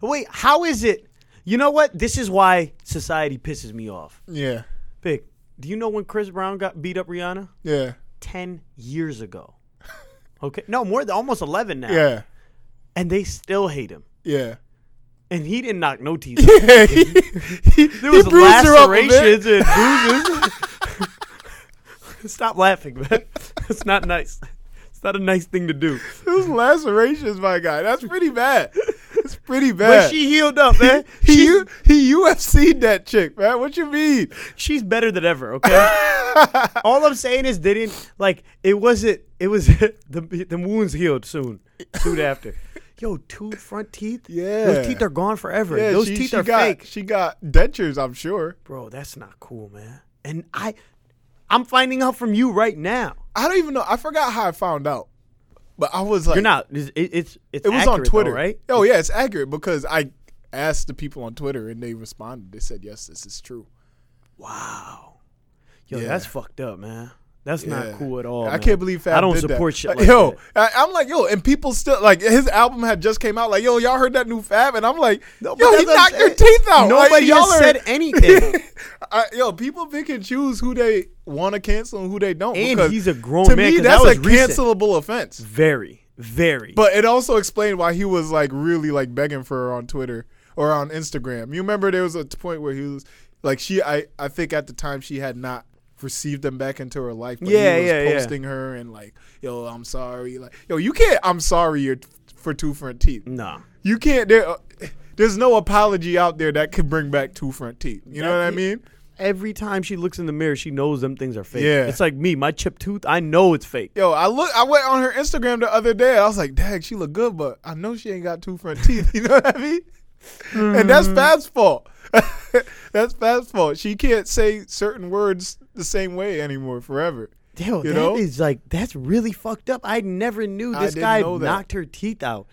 Speaker 2: Wait, how is it? You know what? This is why society pisses me off.
Speaker 1: Yeah,
Speaker 2: Big. Do you know when Chris Brown got beat up Rihanna?
Speaker 1: yeah,
Speaker 2: Ah. Ten years ago. Okay, no more than almost eleven now.
Speaker 1: yeah,
Speaker 2: and they still hate him.
Speaker 1: yeah.
Speaker 2: And he didn't knock no teeth. out.
Speaker 1: he, he,
Speaker 2: There was
Speaker 1: bruised her up a bit.
Speaker 2: lacerations and bruises. Stop laughing, man. It's not nice. It's not a nice thing to do.
Speaker 1: It was lacerations, my guy. That's pretty bad. It's pretty bad.
Speaker 2: But she healed up, man.
Speaker 1: he,
Speaker 2: She's,
Speaker 1: U- he UFC'd that chick, man. What you mean?
Speaker 2: she's better than ever. Okay. All I'm saying is, they didn't like it. Wasn't it was the the wounds healed soon, soon after. Yo, two front teeth.
Speaker 1: Yeah.
Speaker 2: Those teeth are gone forever.
Speaker 1: Yeah,
Speaker 2: Those
Speaker 1: she-
Speaker 2: teeth
Speaker 1: she
Speaker 2: are
Speaker 1: got,
Speaker 2: fake.
Speaker 1: She got dentures, I'm sure.
Speaker 2: bro that's not cool man and i i'm finding out from you right now
Speaker 1: I don't even know. I forgot how I found out, but I was like,
Speaker 2: you're not it's it- it's, it's
Speaker 1: it was on
Speaker 2: accurate though,
Speaker 1: Twitter,
Speaker 2: right
Speaker 1: Oh yeah, it's accurate because I asked the people on Twitter and they responded. They said, "Yes, this is true."
Speaker 2: wow yo
Speaker 1: Yeah.
Speaker 2: that's fucked up man that's
Speaker 1: Yeah.
Speaker 2: not cool at all
Speaker 1: I
Speaker 2: Oh, man.
Speaker 1: can't believe Fab
Speaker 2: i don't
Speaker 1: did that.
Speaker 2: support shit
Speaker 1: Like,
Speaker 2: like
Speaker 1: yo,
Speaker 2: that.
Speaker 1: I, I'm like, yo, and people still like his album had just came out. Like, yo, y'all heard that new Fab? And I'm like,
Speaker 2: No, but
Speaker 1: yo, he
Speaker 2: that's what I'm
Speaker 1: knocked your
Speaker 2: saying.
Speaker 1: teeth out.
Speaker 2: Nobody
Speaker 1: like, y'all
Speaker 2: has
Speaker 1: are-
Speaker 2: said anything.
Speaker 1: I, yo, people pick and choose who they want to cancel and who they don't.
Speaker 2: And
Speaker 1: because
Speaker 2: he's a grown
Speaker 1: to
Speaker 2: man,
Speaker 1: me,
Speaker 2: 'cause that
Speaker 1: that's
Speaker 2: was
Speaker 1: a
Speaker 2: recent.
Speaker 1: cancelable offense.
Speaker 2: very very
Speaker 1: But it also explained why he was like really like begging for her on Twitter or on Instagram. You remember there was a point where he was like she I I think at the time she had not received them back into her life. But
Speaker 2: Yeah,
Speaker 1: he was
Speaker 2: yeah, yeah.
Speaker 1: posting her and like, yo, I'm sorry. Like, yo, you can't. I'm sorry. You're for two front teeth.
Speaker 2: nah
Speaker 1: You can't. There, uh, there's no apology out there that could bring back two front teeth. You know what I
Speaker 2: That-
Speaker 1: mean?
Speaker 2: every time she looks in the mirror she knows them things are fake
Speaker 1: Yeah.
Speaker 2: it's like me my chipped tooth i know it's fake
Speaker 1: Yo, I look. I went on her Instagram the other day. I was like, "Dang, she look good, but I know she ain't got two front teeth." You know what I mean? And
Speaker 2: Mm-hmm.
Speaker 1: that's Fab's fault. that's Fab's fault. She can't say certain words the same way anymore forever.
Speaker 2: Yo, that
Speaker 1: You
Speaker 2: is
Speaker 1: know?
Speaker 2: like that's really fucked up. I never knew
Speaker 1: I
Speaker 2: this
Speaker 1: didn't
Speaker 2: guy
Speaker 1: know that.
Speaker 2: knocked her teeth out.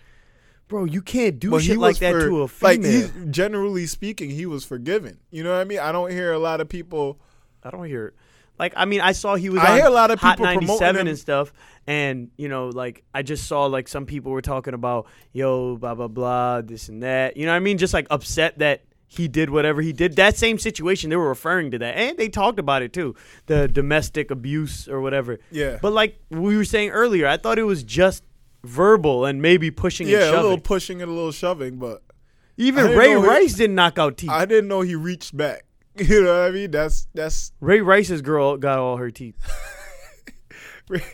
Speaker 2: Bro, you can't do
Speaker 1: But
Speaker 2: shit
Speaker 1: he
Speaker 2: like
Speaker 1: was
Speaker 2: that
Speaker 1: for-
Speaker 2: to a
Speaker 1: like
Speaker 2: female.
Speaker 1: he, generally speaking, he was forgiven. You know what I mean? I don't hear a lot of people.
Speaker 2: I don't hear. Like I mean, I saw he was.
Speaker 1: I
Speaker 2: on
Speaker 1: hear a lot of
Speaker 2: Hot
Speaker 1: people promoting
Speaker 2: 97
Speaker 1: him.
Speaker 2: and stuff, and you know, like I just saw like some people were talking about yo, blah blah blah, this and that. You know what I mean? Just like upset that he did whatever he did. That same situation they were referring to that, and they talked about it too, the domestic abuse or whatever.
Speaker 1: Yeah.
Speaker 2: But like we were saying earlier, I thought it was just verbal and maybe pushing and
Speaker 1: Yeah, a
Speaker 2: shoving.
Speaker 1: little pushing and a little shoving, but I
Speaker 2: Even
Speaker 1: didn't
Speaker 2: Ray
Speaker 1: know he-
Speaker 2: Rice didn't knock out teeth.
Speaker 1: I didn't know he reached back. You know what I mean? That's that's
Speaker 2: Ray Rice's girl got all her teeth.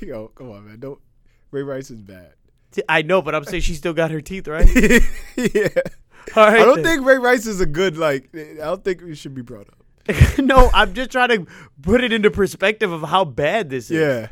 Speaker 1: yo. Come on, man. Don't Ray Rice is bad.
Speaker 2: I know, but I'm saying she still got her teeth, right?
Speaker 1: yeah.
Speaker 2: All right
Speaker 1: I don't
Speaker 2: then.
Speaker 1: think Ray Rice is a good like. I don't think it should be brought up.
Speaker 2: no, I'm just trying to put it into perspective of how bad this is.
Speaker 1: Yeah,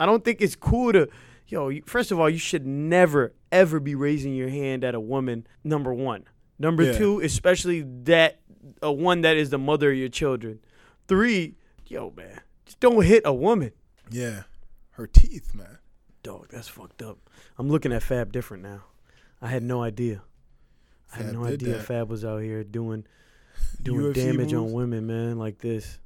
Speaker 2: I don't think it's cool to, yo, you, first of all, you should never, ever be raising your hand at a woman, number one. Number
Speaker 1: Yeah.
Speaker 2: two, especially that, a one that is the mother of your children. Three, yo, man, just don't hit a woman.
Speaker 1: yeah. Her teeth, man.
Speaker 2: Dog, that's fucked up. I'm looking at Fab different now. I had no idea. I had
Speaker 1: Fab
Speaker 2: no
Speaker 1: did
Speaker 2: idea
Speaker 1: that.
Speaker 2: Fab was out here doing doing
Speaker 1: UFC
Speaker 2: damage on
Speaker 1: moves?
Speaker 2: women, man, like this.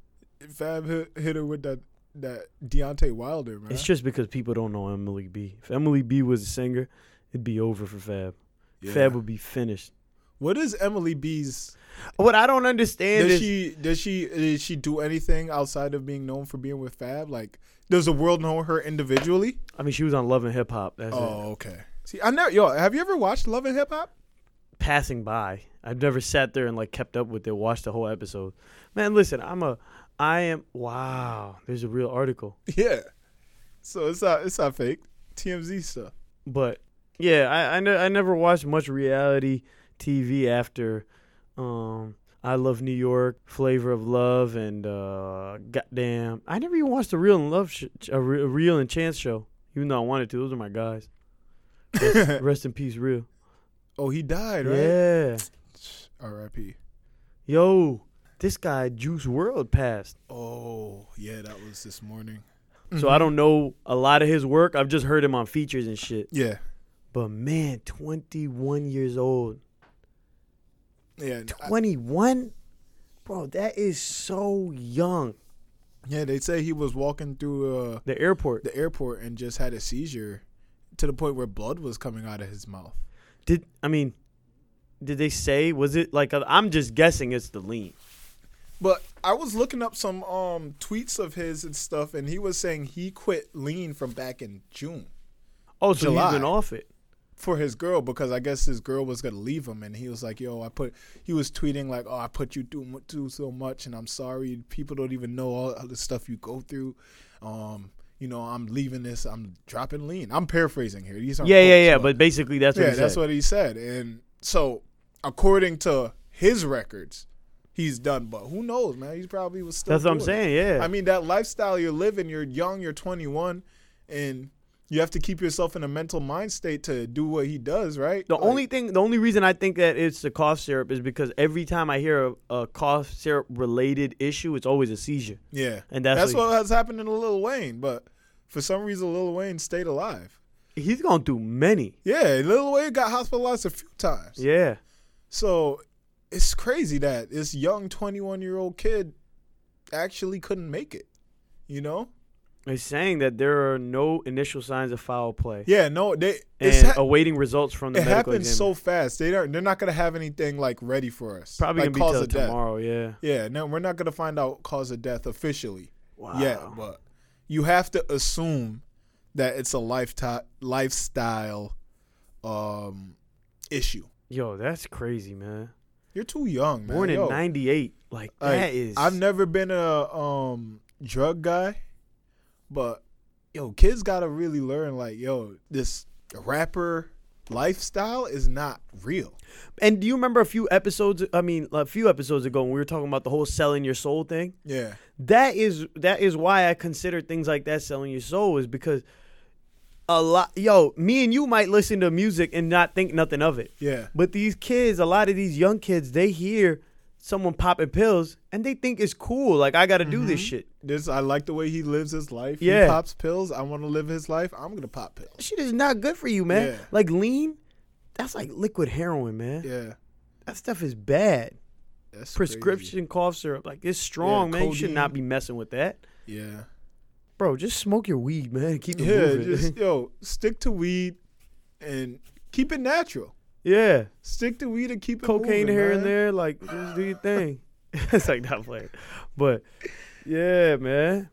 Speaker 1: Fab hit, hit her with that that Deontay Wilder, man.
Speaker 2: It's just because people don't know Emily B. If Emily B was a singer, it'd be over for Fab.
Speaker 1: Yeah.
Speaker 2: Fab would be finished.
Speaker 1: What is Emily B's?
Speaker 2: What I don't understand
Speaker 1: Does
Speaker 2: is
Speaker 1: she does she does she do anything outside of being known for being with Fab? Like, does the world know her individually?
Speaker 2: I mean she was on Love and Hip Hop. That's it.
Speaker 1: Oh, okay. See, I never. Yo, have you ever watched Love and Hip Hop?
Speaker 2: passing by. I've never sat there and like kept up with it, watched the whole episode. Man, listen, I'm a I am wow, there's a real article.
Speaker 1: Yeah. So it's not it's not fake. TMZ stuff.
Speaker 2: But yeah, I I, ne- I never watched much reality TV after um I Love New York, Flavor of Love, and uh, goddamn, I never even watched a Real and Love, sh- a Re- a Real and Chance show. Even though I wanted to, those are my guys. Rest, rest in peace, Real.
Speaker 1: Oh, he died, right?
Speaker 2: Yeah,
Speaker 1: R.I.P.
Speaker 2: yo, this guy Juice World passed,
Speaker 1: Oh, yeah, that was this morning.
Speaker 2: so I don't know a lot of his work. I've just heard him on features and shit.
Speaker 1: Yeah.
Speaker 2: But man, 21 years old.
Speaker 1: Yeah, I-
Speaker 2: 21? Bro, that is so young.
Speaker 1: yeah. They say he was walking through uh,
Speaker 2: The airport.
Speaker 1: the airport and just had a seizure to the point where blood was coming out of his mouth.
Speaker 2: Did I mean did they say was it like i I'm just guessing it's the lean.
Speaker 1: But I was looking up some um tweets of his and stuff, and he was saying he quit lean from back in June
Speaker 2: Oh, so
Speaker 1: July.
Speaker 2: he's been off it.
Speaker 1: for his girl because I guess his girl was gonna leave him, and he was like, "Yo, I put." He was tweeting like, "Oh, I put you through, mu- through so much, and I'm sorry. People don't even know all the stuff you go through." Um, you know, I'm leaving this. I'm dropping lean. I'm paraphrasing here. These aren't
Speaker 2: Yeah, yeah,
Speaker 1: quotes,
Speaker 2: yeah, but basically that's what
Speaker 1: Oh, yeah,
Speaker 2: he
Speaker 1: that's
Speaker 2: said.
Speaker 1: what he said. And so, according to his records, he's done. But who knows, man? He probably was still.
Speaker 2: That's what I'm
Speaker 1: doing it.
Speaker 2: saying, yeah.
Speaker 1: I mean, that lifestyle you're living, you're young, you're 21, and you have to keep yourself in a mental mind state to do what he does, right?
Speaker 2: The
Speaker 1: Like,
Speaker 2: only thing, the only reason I think that it's the cough syrup is because every time I hear a, a cough syrup related issue, it's always a seizure.
Speaker 1: yeah,
Speaker 2: and that's
Speaker 1: that's
Speaker 2: what-
Speaker 1: what has happened to Lil Wayne. But for some reason, Lil Wayne stayed alive.
Speaker 2: He's gone through many.
Speaker 1: Yeah, Lil Wayne got hospitalized a few times.
Speaker 2: Yeah,
Speaker 1: So it's crazy that this young 21 year old kid actually couldn't make it, you know?
Speaker 2: he's saying that there are no initial signs of foul play
Speaker 1: Yeah, no, they it's
Speaker 2: and
Speaker 1: ha-
Speaker 2: awaiting results from the
Speaker 1: it
Speaker 2: medical
Speaker 1: happened
Speaker 2: examiner.
Speaker 1: so fast. They don't they're not going to have anything like ready for us.
Speaker 2: Probably
Speaker 1: like,
Speaker 2: gonna be
Speaker 1: cause
Speaker 2: till
Speaker 1: of death.
Speaker 2: tomorrow. Yeah.
Speaker 1: Yeah, no, we're not going to find out cause of death officially
Speaker 2: Wow.
Speaker 1: yet, but you have to assume that it's a lifetime lifestyle um issue.
Speaker 2: Yo, that's crazy, man.
Speaker 1: You're too young, man.
Speaker 2: Born in
Speaker 1: Yo.
Speaker 2: '98, like
Speaker 1: Like,
Speaker 2: that is-
Speaker 1: I've never been a um drug guy, but yo, kids gotta really learn like yo, this rapper lifestyle is not real.
Speaker 2: and do you remember a few episodes? I mean, a few episodes ago when we were talking about the whole selling your soul thing.
Speaker 1: Yeah,
Speaker 2: that is that is why I consider things like that selling your soul is because a lot yo, me and you might listen to music and not think nothing of it.
Speaker 1: yeah,
Speaker 2: But these kids, a lot of these young kids, they hear someone popping pills and they think it's cool. Like I gotta do this shit.
Speaker 1: this I like the way he lives his life.
Speaker 2: Yeah.
Speaker 1: he pops pills. I want to live his life. I'm gonna pop pills.
Speaker 2: That shit is not good for you, man.
Speaker 1: Yeah.
Speaker 2: Like lean, that's like liquid heroin, man.
Speaker 1: Yeah,
Speaker 2: That stuff is bad.
Speaker 1: that's crazy.
Speaker 2: Prescription cough syrup, like it's strong, man. You should not be
Speaker 1: codeine.
Speaker 2: messing with that.
Speaker 1: Yeah,
Speaker 2: Bro, just smoke your weed, man. Keep it
Speaker 1: yeah.
Speaker 2: moving.
Speaker 1: Just yo, stick to weed and keep it natural.
Speaker 2: yeah.
Speaker 1: Stick to weed and keep it moving,
Speaker 2: cocaine here and
Speaker 1: man.
Speaker 2: there. Like, just do your thing. it's like not playing, but yeah, man.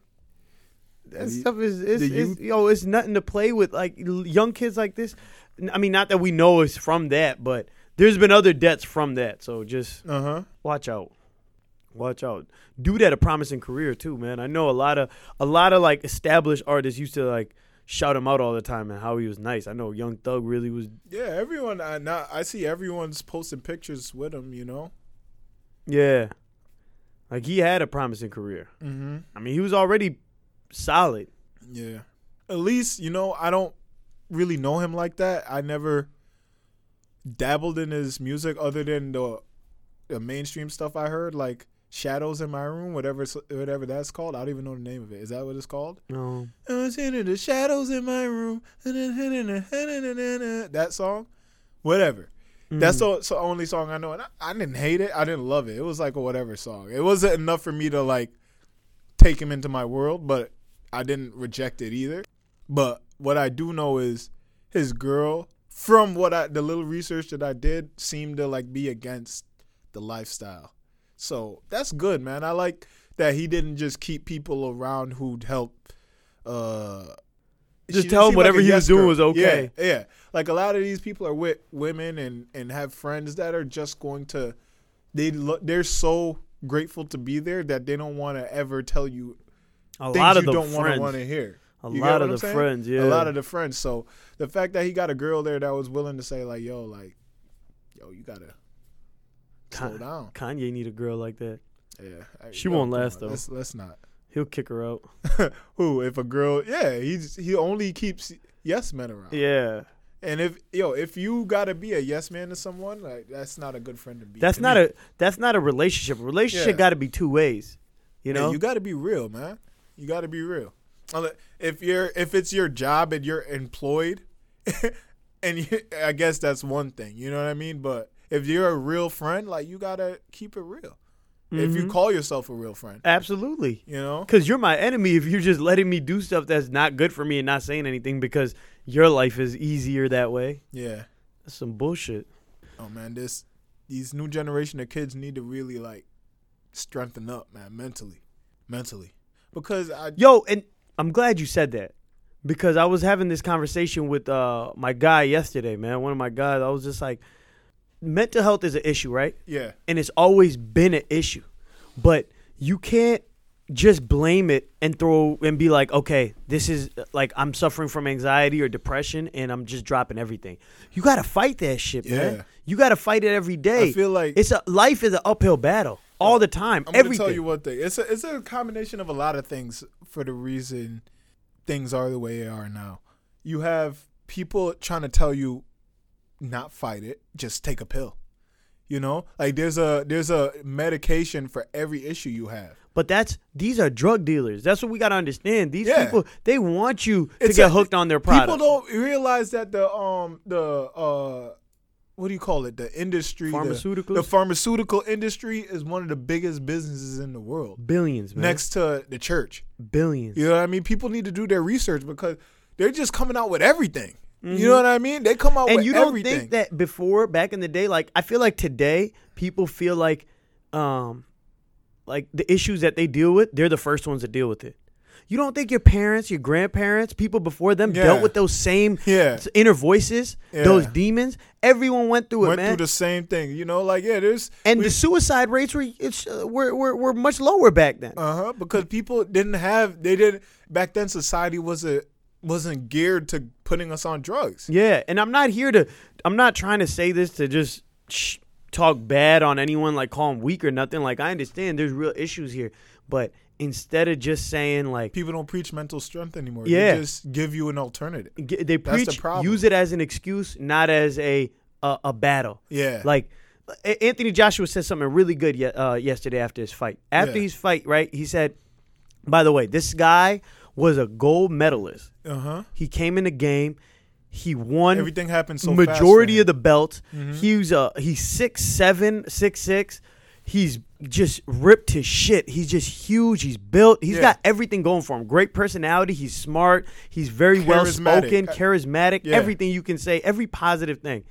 Speaker 2: That
Speaker 1: The-
Speaker 2: stuff is it's,
Speaker 1: the
Speaker 2: it's yo, it's nothing to play with. Like l- young kids like this. N- I mean, not that we know it's from that, but there's been other debts from that. So just
Speaker 1: Uh huh.
Speaker 2: watch out. Watch out. Dude had a promising career too, man. I know a lot of a lot of like established artists used to like shout him out all the time and how he was nice. I know Young Thug really was.
Speaker 1: Yeah, everyone. I not. I see everyone's posting pictures with him. You know.
Speaker 2: Yeah. Like he had a promising career.
Speaker 1: Mm-hmm.
Speaker 2: I mean, he was already solid.
Speaker 1: Yeah. At least you know I don't really know him like that. I never dabbled in his music other than the the mainstream stuff I heard, like "Shadows in My Room," whatever it's- whatever that's called. I don't even know the name of it. Is that what it's called?
Speaker 2: No.
Speaker 1: I was in the shadows in my room. That song, whatever. That's the, so only song I know, and I, I didn't hate it. I didn't love it. It was like a whatever song. It wasn't enough for me to like take him into my world, but I didn't reject it either. But what I do know is his girl, from what I the little research that I did, seemed to like be against the lifestyle. So that's good, man. I like that he didn't just keep people around who'd help uh
Speaker 2: Just
Speaker 1: she
Speaker 2: tell
Speaker 1: seemed
Speaker 2: him whatever
Speaker 1: a
Speaker 2: he was
Speaker 1: yes
Speaker 2: doing
Speaker 1: girl.
Speaker 2: was okay.
Speaker 1: Yeah, yeah. Like a lot of these people are with women and and have friends that are just going to they lo- they're so grateful to be there that they don't want to ever tell you
Speaker 2: A
Speaker 1: things
Speaker 2: lot of
Speaker 1: you
Speaker 2: the
Speaker 1: don't
Speaker 2: friends.
Speaker 1: want to hear.
Speaker 2: A
Speaker 1: You get
Speaker 2: lot
Speaker 1: what
Speaker 2: of
Speaker 1: I'm
Speaker 2: the friends,
Speaker 1: A
Speaker 2: yeah.
Speaker 1: lot of the friends. So the fact that he got a girl there that was willing to say like, "Yo, like, yo, you gotta slow
Speaker 2: Con-
Speaker 1: down."
Speaker 2: Kanye need a girl like that.
Speaker 1: Yeah, I-
Speaker 2: She
Speaker 1: yo,
Speaker 2: won't
Speaker 1: come
Speaker 2: last,
Speaker 1: on,
Speaker 2: though.
Speaker 1: Let's, let's not.
Speaker 2: He'll kick her out.
Speaker 1: Who? If a girl, yeah, he just- he only keeps yes men around.
Speaker 2: Yeah.
Speaker 1: And if yo, if you gotta be a yes man to someone, like that's not a good friend to be.
Speaker 2: That's
Speaker 1: to
Speaker 2: not
Speaker 1: me.
Speaker 2: a that's not a relationship. A relationship
Speaker 1: Yeah.
Speaker 2: got to be two ways. You
Speaker 1: Yeah,
Speaker 2: know?
Speaker 1: you gotta be real, man. You gotta be real. Unle- If you're if it's your job and you're employed, and you, I guess that's one thing. You know what I mean? But if you're a real friend, like you gotta keep it real. If you call yourself a real friend,
Speaker 2: Absolutely.
Speaker 1: you know.
Speaker 2: Because you're my enemy if you're just letting me do stuff that's not good for me and not saying anything because your life is easier that way.
Speaker 1: Yeah.
Speaker 2: That's some bullshit.
Speaker 1: Oh man, this these new generation of kids need to really like strengthen up, man, mentally, mentally, because I
Speaker 2: Yo, and I'm glad you said that because I was having this conversation with uh, my guy yesterday, man. One of my guys, I was just like, mental health is an issue, right?
Speaker 1: yeah
Speaker 2: And it's always been an issue, but you can't just blame it and throw and be like, okay, this is uh, like I'm suffering from anxiety or depression and I'm just dropping everything. You got to fight that shit,
Speaker 1: Yeah.
Speaker 2: man. You got to fight it every day.
Speaker 1: I feel like-
Speaker 2: it's a life is an uphill battle all the time.
Speaker 1: I'm gonna
Speaker 2: everything.
Speaker 1: tell you one thing. It's a it's a combination of a lot of things for the reason things are the way they are now. You have people trying to tell you not fight it, just take a pill. You know, like there's a there's a medication for every issue you have.
Speaker 2: But that's these are drug dealers. That's what we got to understand. These
Speaker 1: Yeah.
Speaker 2: people they want you to
Speaker 1: It's
Speaker 2: get
Speaker 1: a-
Speaker 2: hooked on their product.
Speaker 1: People don't realize that the um the uh what do you call it? The industry, the-
Speaker 2: Pharmaceuticals?
Speaker 1: the pharmaceutical industry is one of the biggest businesses in the world,
Speaker 2: billions, man.
Speaker 1: next to the church.
Speaker 2: billions.
Speaker 1: You know what I mean? People need to do their research because they're just coming out with everything. You know what I mean? They come out
Speaker 2: Mm-hmm. and
Speaker 1: with
Speaker 2: you don't
Speaker 1: Oh, everything.
Speaker 2: think that before back in the day like I feel like today people feel like um like the issues that they deal with, they're the first ones to deal with it. You don't think your parents, your grandparents, people before them
Speaker 1: Yeah.
Speaker 2: dealt with those same
Speaker 1: Yeah.
Speaker 2: s- inner voices, those
Speaker 1: Yeah.
Speaker 2: demons? Everyone went through it,
Speaker 1: went
Speaker 2: man.
Speaker 1: through the same thing. You know, like yeah, there's
Speaker 2: and the suicide rates were, it's, uh, were were were much lower back then.
Speaker 1: uh huh because people didn't have they didn't back then. Society wasn't wasn't geared to putting us on drugs.
Speaker 2: Yeah, and I'm not here to. I'm not trying to say this to just sh- talk bad on anyone, like call them weak or nothing. Like I understand there's real issues here, but instead of just saying like
Speaker 1: People don't preach mental strength anymore.
Speaker 2: Yeah.
Speaker 1: they just give you an alternative.
Speaker 2: g- they
Speaker 1: That's the
Speaker 2: preach,
Speaker 1: problem.
Speaker 2: use it as an excuse, not as a a, a battle.
Speaker 1: Yeah.
Speaker 2: Like A- Anthony Joshua said something really good ye- uh, yesterday after his fight. After
Speaker 1: Yeah.
Speaker 2: his fight, right? He said, "By the way, this guy was a gold medalist.
Speaker 1: Uh huh.
Speaker 2: He came in the game." He won
Speaker 1: Everything happens so
Speaker 2: majority of
Speaker 1: fast Mm-hmm.
Speaker 2: the belt. He's uh he's six seven, six six. He's just ripped his shit. He's just huge. He's built. He's
Speaker 1: Yeah.
Speaker 2: got everything going for him. Great personality. He's smart. He's very well spoken,
Speaker 1: Charismatic. Uh,
Speaker 2: charismatic.
Speaker 1: yeah.
Speaker 2: Everything you can say, every positive thing.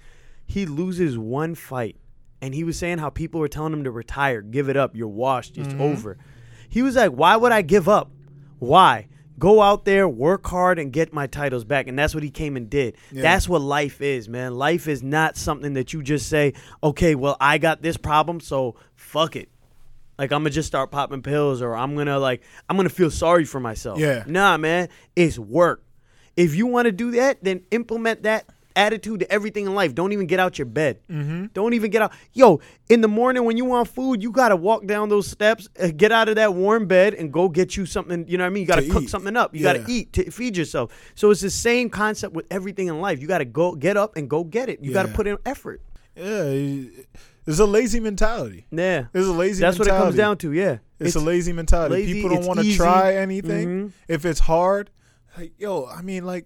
Speaker 2: He loses one fight, and he was saying how people were telling him to retire, give it up, you're washed, it's over. He was like, "Why would I give up? Why?" Go out there, work hard, and get my titles back. And that's what he came and did. That's what life is, man. Life is not something that you just say, okay, well, I got this problem, so fuck it. Like, I'm going to just start popping pills or I'm going to, like, I'm going to feel sorry for myself.
Speaker 1: Yeah.
Speaker 2: Nah, man. It's work. If you want to do that, then implement that attitude to everything in life. Don't even get out your bed. Mm-hmm. Don't even get out. Yo, in the morning when you want food, you got to walk down those steps, uh, get out of that warm bed, and go get you something. You know what I mean? You got to
Speaker 1: To
Speaker 2: cook
Speaker 1: eat.
Speaker 2: something up. You got
Speaker 1: Yeah.
Speaker 2: to eat to feed yourself. So it's the same concept with everything in life. You got to go get up and go get it. You got to
Speaker 1: Yeah.
Speaker 2: put in effort.
Speaker 1: Yeah, there's a lazy mentality.
Speaker 2: Yeah.
Speaker 1: There's a lazy.
Speaker 2: That's what it comes
Speaker 1: mentality.
Speaker 2: down to. Yeah.
Speaker 1: It's, a lazy mentality.
Speaker 2: lazy,
Speaker 1: People don't
Speaker 2: it's
Speaker 1: want to
Speaker 2: easy. Mm-hmm.
Speaker 1: try anything. If it's hard, like yo, I mean, like,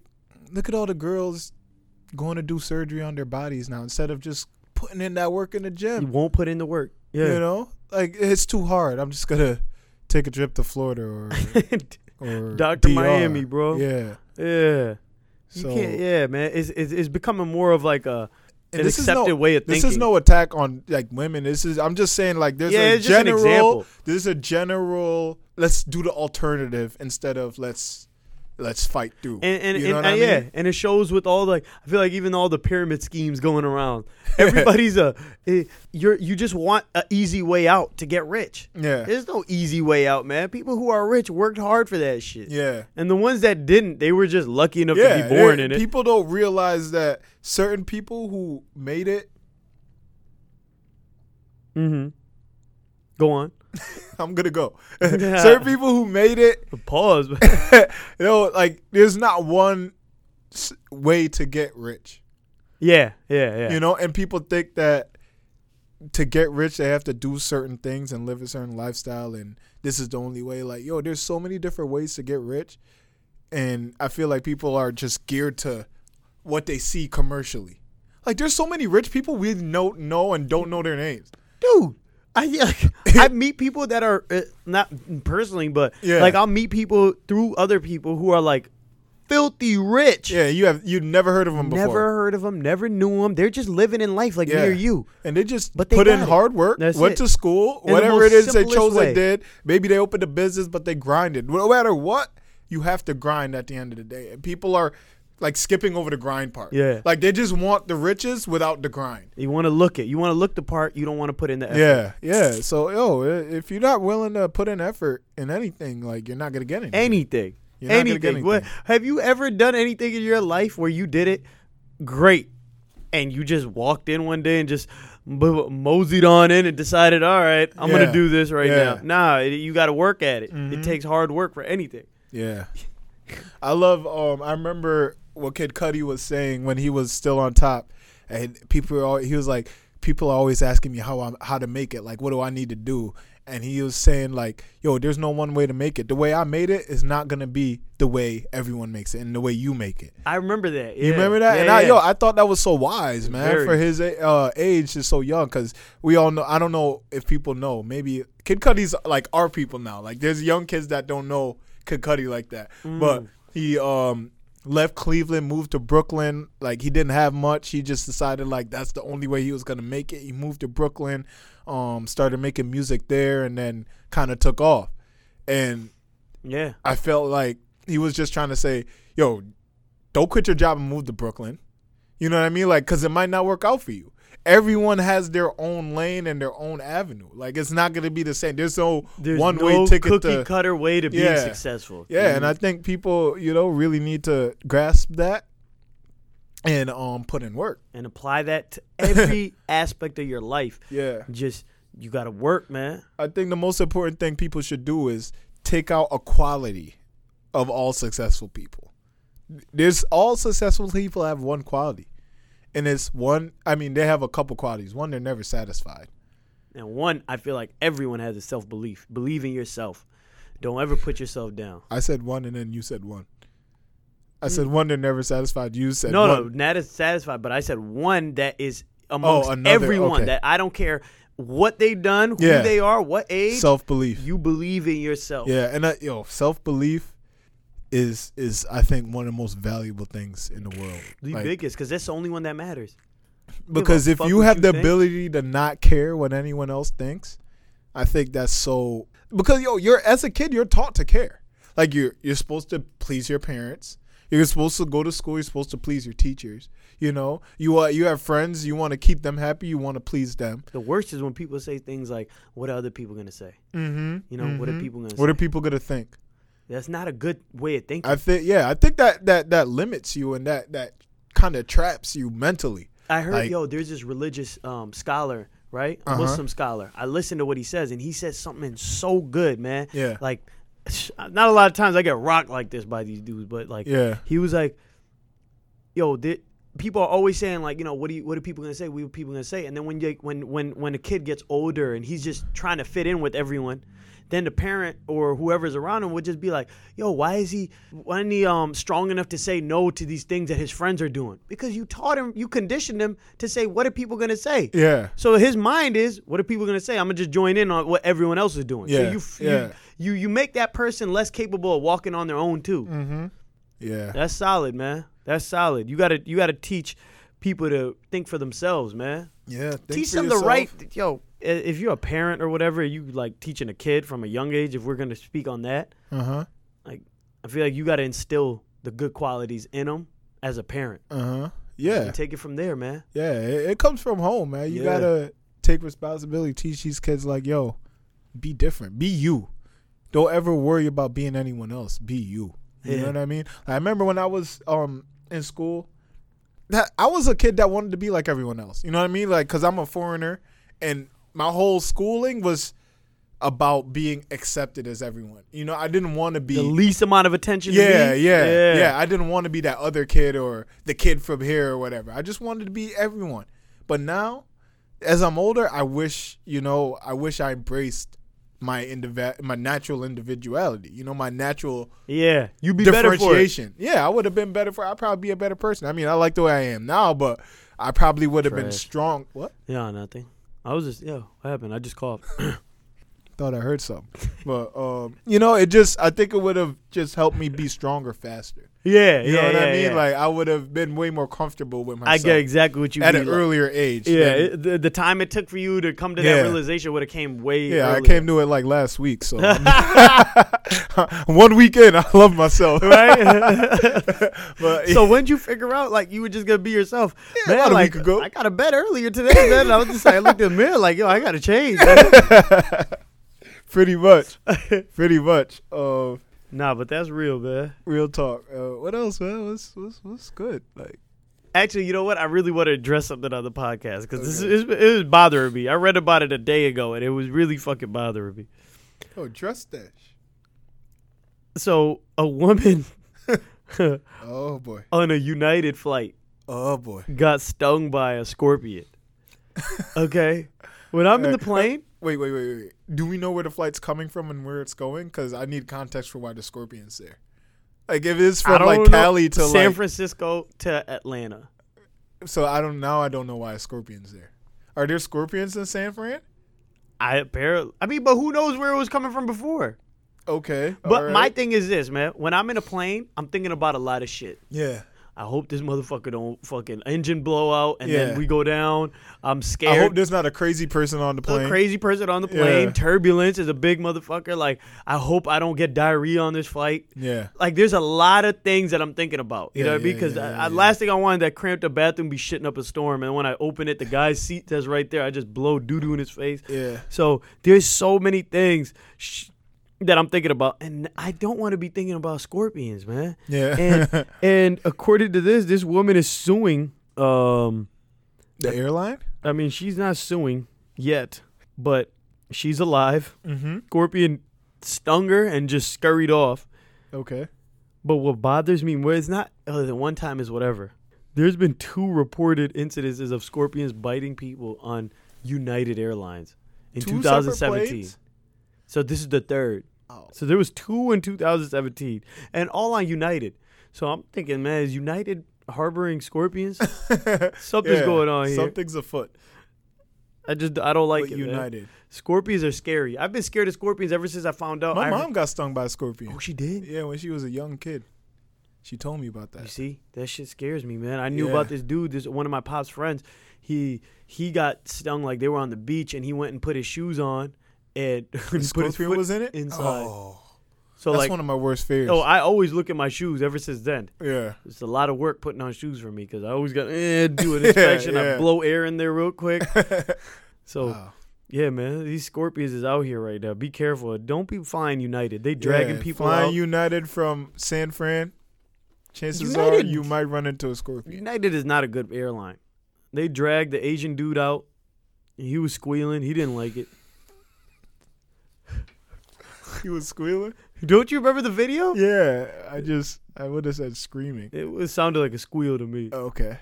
Speaker 1: look at all the girls going to do surgery on their bodies now instead of just putting in that work in the
Speaker 2: you
Speaker 1: gym.
Speaker 2: won't put in the work. Yeah.
Speaker 1: You know, like it's too hard. I'm just gonna take a trip to Florida or, or
Speaker 2: Dr.
Speaker 1: DR.
Speaker 2: Miami, bro.
Speaker 1: Yeah.
Speaker 2: yeah. You
Speaker 1: So
Speaker 2: can't, yeah, man. It's, it's it's becoming more of like a
Speaker 1: and
Speaker 2: an
Speaker 1: this is
Speaker 2: accepted
Speaker 1: no,
Speaker 2: way of
Speaker 1: This is
Speaker 2: thinking.
Speaker 1: no attack on like women. This is I'm just saying like there's
Speaker 2: Yeah,
Speaker 1: a
Speaker 2: it's just an
Speaker 1: general
Speaker 2: example.
Speaker 1: there's a general let's do the alternative instead of let's let's fight through.
Speaker 2: and and,
Speaker 1: you
Speaker 2: and
Speaker 1: know what
Speaker 2: uh,
Speaker 1: I
Speaker 2: yeah,
Speaker 1: mean?
Speaker 2: and it shows with all like I feel like even all the pyramid schemes going around. Everybody's a eh, you're you just want an easy way out to get rich.
Speaker 1: Yeah.
Speaker 2: There's no easy way out, man. People who are rich worked hard for that shit.
Speaker 1: Yeah.
Speaker 2: And the ones that didn't, they were just lucky enough
Speaker 1: Yeah,
Speaker 2: to be born
Speaker 1: there-
Speaker 2: in it.
Speaker 1: People don't realize that certain people who made it.
Speaker 2: mm-hmm. Go on.
Speaker 1: I'm gonna go. certain people who made it
Speaker 2: Pause.
Speaker 1: you know, like there's not one s- way to get rich,
Speaker 2: yeah, yeah, yeah.
Speaker 1: you know, and people think that to get rich they have to do certain things and live a certain lifestyle and this is the only way like yo there's so many different ways to get rich and i feel like people are just geared to what they see commercially. Like there's so many rich people we know know and don't know their names.
Speaker 2: dude. I like, I meet people that are uh, not personally, but
Speaker 1: Yeah.
Speaker 2: like I'll meet people through other people who are like filthy rich.
Speaker 1: Yeah, you have you never heard of them before.
Speaker 2: Never heard of them. Never knew them. They're just living in life like me
Speaker 1: Yeah.
Speaker 2: or you.
Speaker 1: And they just
Speaker 2: But they
Speaker 1: put in
Speaker 2: got it.
Speaker 1: hard work,
Speaker 2: That's
Speaker 1: went
Speaker 2: it.
Speaker 1: to school,
Speaker 2: In the
Speaker 1: whatever it
Speaker 2: most
Speaker 1: is they
Speaker 2: simplest
Speaker 1: chose
Speaker 2: way.
Speaker 1: they did. Maybe they opened a business, but they grinded. No matter what, you have to grind at the end of the day. And people are like skipping over the grind part.
Speaker 2: Yeah.
Speaker 1: Like they just want the riches without the grind.
Speaker 2: You want to look it. You want to look the part. You don't want to put in the effort.
Speaker 1: Yeah, yeah. So, yo, i- if you're not willing to put in effort in anything, like you're not gonna get anything.
Speaker 2: anything.
Speaker 1: You're not gonna
Speaker 2: anything.
Speaker 1: get
Speaker 2: What,
Speaker 1: anything.
Speaker 2: have you ever done anything in your life where you did it great and you just walked in one day and just mo- moseyed on in and decided, all right, I'm going
Speaker 1: Yeah.
Speaker 2: to do this right
Speaker 1: Yeah. Mm-hmm.
Speaker 2: now? Nah, it, you got to work at it. It takes hard work for anything.
Speaker 1: Yeah. I love um I remember what Kid Cudi was saying when he was still on top and people were all, he was like people are always asking me how I am how to make it like what do I need to do and he was saying like yo there's no one way to make it the way I made it is not going to be the way everyone makes it and the way you make it
Speaker 2: I remember that.
Speaker 1: you
Speaker 2: yeah.
Speaker 1: remember that?
Speaker 2: Yeah,
Speaker 1: and I,
Speaker 2: yeah.
Speaker 1: yo, I thought that was so wise, man,
Speaker 2: Very.
Speaker 1: for his uh, age is so young. Because we all know. I don't know if people know. Maybe Kid Cudi's like our people now. Like there's young kids that don't know Kid Cudi like that.
Speaker 2: Mm.
Speaker 1: But he um left Cleveland, moved to Brooklyn. Like he didn't have much. He just decided like that's the only way he was gonna make it. He moved to Brooklyn, um, started making music there, and then kind of took off. And
Speaker 2: yeah.
Speaker 1: I felt like he was just trying to say, "Yo, don't quit your job and move to Brooklyn." You know what I mean? Like, cause it might not work out for you. Everyone has their own lane and their own avenue. Like, it's not gonna be the same. There's no
Speaker 2: There's
Speaker 1: one
Speaker 2: no
Speaker 1: way ticket
Speaker 2: cookie
Speaker 1: to.
Speaker 2: cutter Mm-hmm. way to being
Speaker 1: Yeah.
Speaker 2: successful.
Speaker 1: yeah, and I think people, you know, really need to grasp that and um put in work.
Speaker 2: and apply that to every aspect of your life.
Speaker 1: Yeah.
Speaker 2: Just you got to work, man.
Speaker 1: I think the most important thing people should do is take out a quality of all successful people. There's all successful people have one quality. And it's one I mean, they have a couple qualities. One, they're never satisfied.
Speaker 2: And one, I feel like everyone has a self belief. Believe in yourself. Don't ever put yourself down.
Speaker 1: I said one and then you said one. I said one, they're never satisfied. You said
Speaker 2: Hmm. No,
Speaker 1: one. Oh,
Speaker 2: no, not as satisfied, but I said one that is amongst
Speaker 1: another,
Speaker 2: everyone
Speaker 1: okay.
Speaker 2: that I don't care what they've done, who
Speaker 1: Yeah.
Speaker 2: they are, what age.
Speaker 1: Self belief.
Speaker 2: you believe in yourself.
Speaker 1: Yeah, and I, yo, self belief is is I think one of the most valuable things in the world.
Speaker 2: The
Speaker 1: Like,
Speaker 2: biggest, because that's the only one that matters. a
Speaker 1: because if
Speaker 2: fuck
Speaker 1: you
Speaker 2: what
Speaker 1: have
Speaker 2: you
Speaker 1: the
Speaker 2: think.
Speaker 1: ability to not care what anyone else thinks, I think that's so because yo, you're as a kid, you're taught to care. Like you're you're supposed to please your parents. You're supposed to go to school. You're supposed to please your teachers. You know, you uh, you have friends. You want to keep them happy. You want to please them.
Speaker 2: The worst is when people say things like, "What are other people gonna say?"
Speaker 1: Mm-hmm.
Speaker 2: You know, what are people gonna
Speaker 1: What
Speaker 2: say?
Speaker 1: are people gonna think?
Speaker 2: that's not a good way of thinking.
Speaker 1: I think yeah, I think that that that limits you and that that kind of traps you mentally.
Speaker 2: I heard,
Speaker 1: Like- Uh-huh.
Speaker 2: yo, there's this religious um, scholar, right? A Muslim scholar. I listened to what he says, and he says something so good, man.
Speaker 1: Yeah.
Speaker 2: Like, not a lot of times I get rocked like this by these dudes, but like,
Speaker 1: Yeah.
Speaker 2: he was like, yo, did. People are always saying like, you know, what do you, what are people gonna say? What are people gonna say? And then when you, when when when a kid gets older and he's just trying to fit in with everyone, then the parent or whoever's around him would just be like, yo, why is he why isn't he um strong enough to say no to these things that his friends are doing? Because you taught him, you conditioned him to say, what are people gonna say?
Speaker 1: Yeah,
Speaker 2: So his mind is, what are people gonna say? I'm gonna just join in on what everyone else is doing.
Speaker 1: Yeah,
Speaker 2: So you f-
Speaker 1: yeah.
Speaker 2: you, you you make that person less capable of walking on their own too.
Speaker 1: yeah.
Speaker 2: That's solid, man. That's solid. You gotta you gotta teach people to think for themselves, man.
Speaker 1: Yeah, think
Speaker 2: teach
Speaker 1: for
Speaker 2: them
Speaker 1: yourself.
Speaker 2: the right yo. i- If you're a parent or whatever, you like teaching a kid from a young age. If we're gonna speak on that,
Speaker 1: Uh huh.
Speaker 2: like I feel like you gotta instill the good qualities in them as a parent.
Speaker 1: Uh huh. Yeah.
Speaker 2: And take it from there, man.
Speaker 1: Yeah, it, it comes from home, man. You
Speaker 2: Yeah.
Speaker 1: gotta take responsibility. Teach these kids like, yo, be different. Be you. Don't ever worry about being anyone else. Be you. You know
Speaker 2: Yeah.
Speaker 1: what I mean? I remember when I was um in school, that I was a kid that wanted to be like everyone else. You know what I mean? Like, cause I'm a foreigner, and my whole schooling was about being accepted as everyone. You know, I didn't want to be
Speaker 2: The least amount of attention. to
Speaker 1: yeah,
Speaker 2: me,
Speaker 1: yeah, yeah, I didn't want to be that other kid or the kid from here or whatever. I just wanted to be everyone. But now, as I'm older, I wish you know, I wish I embraced my indiv- my natural individuality. You know, my natural
Speaker 2: Yeah, you'd be better for it.
Speaker 1: differentiation. Yeah, I would have been better for. I'd probably be a better person. I mean, I like the way I am now, but I probably would have been
Speaker 2: Trash.
Speaker 1: strong. What?
Speaker 2: Yeah, nothing. I was just yo. What happened? I just coughed.
Speaker 1: Thought I heard something, but um, you know, it just I think it would have just helped me be stronger faster.
Speaker 2: yeah,
Speaker 1: You
Speaker 2: yeah,
Speaker 1: know what I
Speaker 2: yeah,
Speaker 1: mean?
Speaker 2: yeah.
Speaker 1: Like I would have been way more comfortable with myself
Speaker 2: I get exactly what you
Speaker 1: at
Speaker 2: mean.
Speaker 1: an
Speaker 2: like-
Speaker 1: earlier age.
Speaker 2: yeah,
Speaker 1: than-
Speaker 2: it, the, the time it took for you to come to
Speaker 1: Yeah.
Speaker 2: that realization would have came way.
Speaker 1: yeah. I
Speaker 2: earlier.
Speaker 1: came to it like last week, so one weekend I love myself.
Speaker 2: right?
Speaker 1: But
Speaker 2: so when'd you figure out like you were just gonna be yourself?
Speaker 1: Yeah, about a
Speaker 2: like,
Speaker 1: week ago.
Speaker 2: I got a bed earlier today, man. and I was just like, I looked in the mirror, like, yo, I gotta change.
Speaker 1: pretty much, pretty much. Uh,
Speaker 2: nah, but that's real, man.
Speaker 1: real talk. Uh, what else, man? What's what's what's good? Like
Speaker 2: Actually, you know what? I really want to address something on the podcast because this
Speaker 1: Okay.
Speaker 2: is it was bothering me. I read about it a day ago, and it was really fucking bothering me.
Speaker 1: oh, dress stash.
Speaker 2: So a woman
Speaker 1: Oh boy.
Speaker 2: on a United flight
Speaker 1: Oh boy.
Speaker 2: got stung by a scorpion. Okay, when I'm in the plane,
Speaker 1: Wait, wait, wait, wait. Do we know where the flight's coming from and where it's going? Because I need context for why the scorpion's there. Like if it's
Speaker 2: I
Speaker 1: from
Speaker 2: don't
Speaker 1: like
Speaker 2: know-
Speaker 1: Cali to
Speaker 2: San
Speaker 1: like,
Speaker 2: Francisco to Atlanta.
Speaker 1: so I don't now I don't know why a scorpion's there. Are there scorpions in San Fran?
Speaker 2: I apparently. I mean, but who knows where it was coming from before?
Speaker 1: Okay,
Speaker 2: But
Speaker 1: alright.
Speaker 2: my thing is this, man. When I'm in a plane, I'm thinking about a lot of shit.
Speaker 1: yeah.
Speaker 2: I hope this motherfucker don't fucking engine blow out and
Speaker 1: Yeah.
Speaker 2: then we go down. I'm
Speaker 1: I hope
Speaker 2: scared.
Speaker 1: there's not a crazy person on the
Speaker 2: a
Speaker 1: plane.
Speaker 2: crazy person on the
Speaker 1: Yeah.
Speaker 2: plane. Turbulence is a big motherfucker. Like, I hope I don't get diarrhea on this flight.
Speaker 1: yeah,
Speaker 2: Like, there's a lot of things that I'm thinking about. You
Speaker 1: Yeah,
Speaker 2: know what I mean?
Speaker 1: yeah,
Speaker 2: Because
Speaker 1: yeah, yeah,
Speaker 2: I,
Speaker 1: yeah.
Speaker 2: last thing I wanted that cramped up bathroom be shitting up a storm. And when I open it, the guy's seat that's right there, I just blow doo doo in his face.
Speaker 1: yeah.
Speaker 2: So there's so many things sh- that I'm thinking about, and I don't want to be thinking about scorpions, man.
Speaker 1: Yeah.
Speaker 2: And, and according to this, this woman is suing. Um,
Speaker 1: The airline.
Speaker 2: I mean, she's not suing yet, but she's alive.
Speaker 1: Mm-hmm.
Speaker 2: Scorpion stung her and just scurried off.
Speaker 1: Okay.
Speaker 2: But what bothers me more is not other than one time is whatever. There's been two reported incidences of scorpions biting people on United Airlines in
Speaker 1: Two separate
Speaker 2: 2017.
Speaker 1: planes?
Speaker 2: So this is the third.
Speaker 1: Oh.
Speaker 2: So there was two in 2017, and all on United. So I'm thinking, man, is United harboring scorpions? Something's
Speaker 1: Yeah,
Speaker 2: going on here.
Speaker 1: Something's afoot.
Speaker 2: I just I don't like
Speaker 1: But
Speaker 2: it. man.
Speaker 1: United.
Speaker 2: Scorpions are scary. I've been scared of scorpions ever since I found out.
Speaker 1: My
Speaker 2: Oh, I-
Speaker 1: mom got stung by a scorpion.
Speaker 2: Oh, she did.
Speaker 1: Yeah, when she was a young kid. She told me about that.
Speaker 2: You see, that shit scares me, man. I knew
Speaker 1: Yeah.
Speaker 2: about this dude. This one of my pop's friends. He he got stung like they were on the beach, and he went and put his shoes on, and
Speaker 1: The
Speaker 2: he put his
Speaker 1: scorpion
Speaker 2: foot
Speaker 1: was in it?
Speaker 2: inside.
Speaker 1: Oh,
Speaker 2: so
Speaker 1: that's
Speaker 2: like,
Speaker 1: one of my worst fears.
Speaker 2: oh, I always look at my shoes ever since then.
Speaker 1: yeah.
Speaker 2: It's a lot of work putting on shoes for me because I always got eh, do an
Speaker 1: Yeah,
Speaker 2: inspection.
Speaker 1: yeah.
Speaker 2: I blow air in there real quick. so
Speaker 1: Wow.
Speaker 2: yeah, man, these scorpions is out here right now. Be careful. Don't be flying United. They dragging
Speaker 1: Yeah,
Speaker 2: people
Speaker 1: Flying
Speaker 2: out.
Speaker 1: United from San Fran. Chances are
Speaker 2: United-
Speaker 1: you might run into a scorpion.
Speaker 2: United is not a good airline. They dragged the Asian dude out. He was squealing. He didn't like it.
Speaker 1: He was squealing.
Speaker 2: Don't you remember the video?
Speaker 1: Yeah, I just I would have said screaming.
Speaker 2: It was, sounded like a squeal to me.
Speaker 1: Oh, Okay.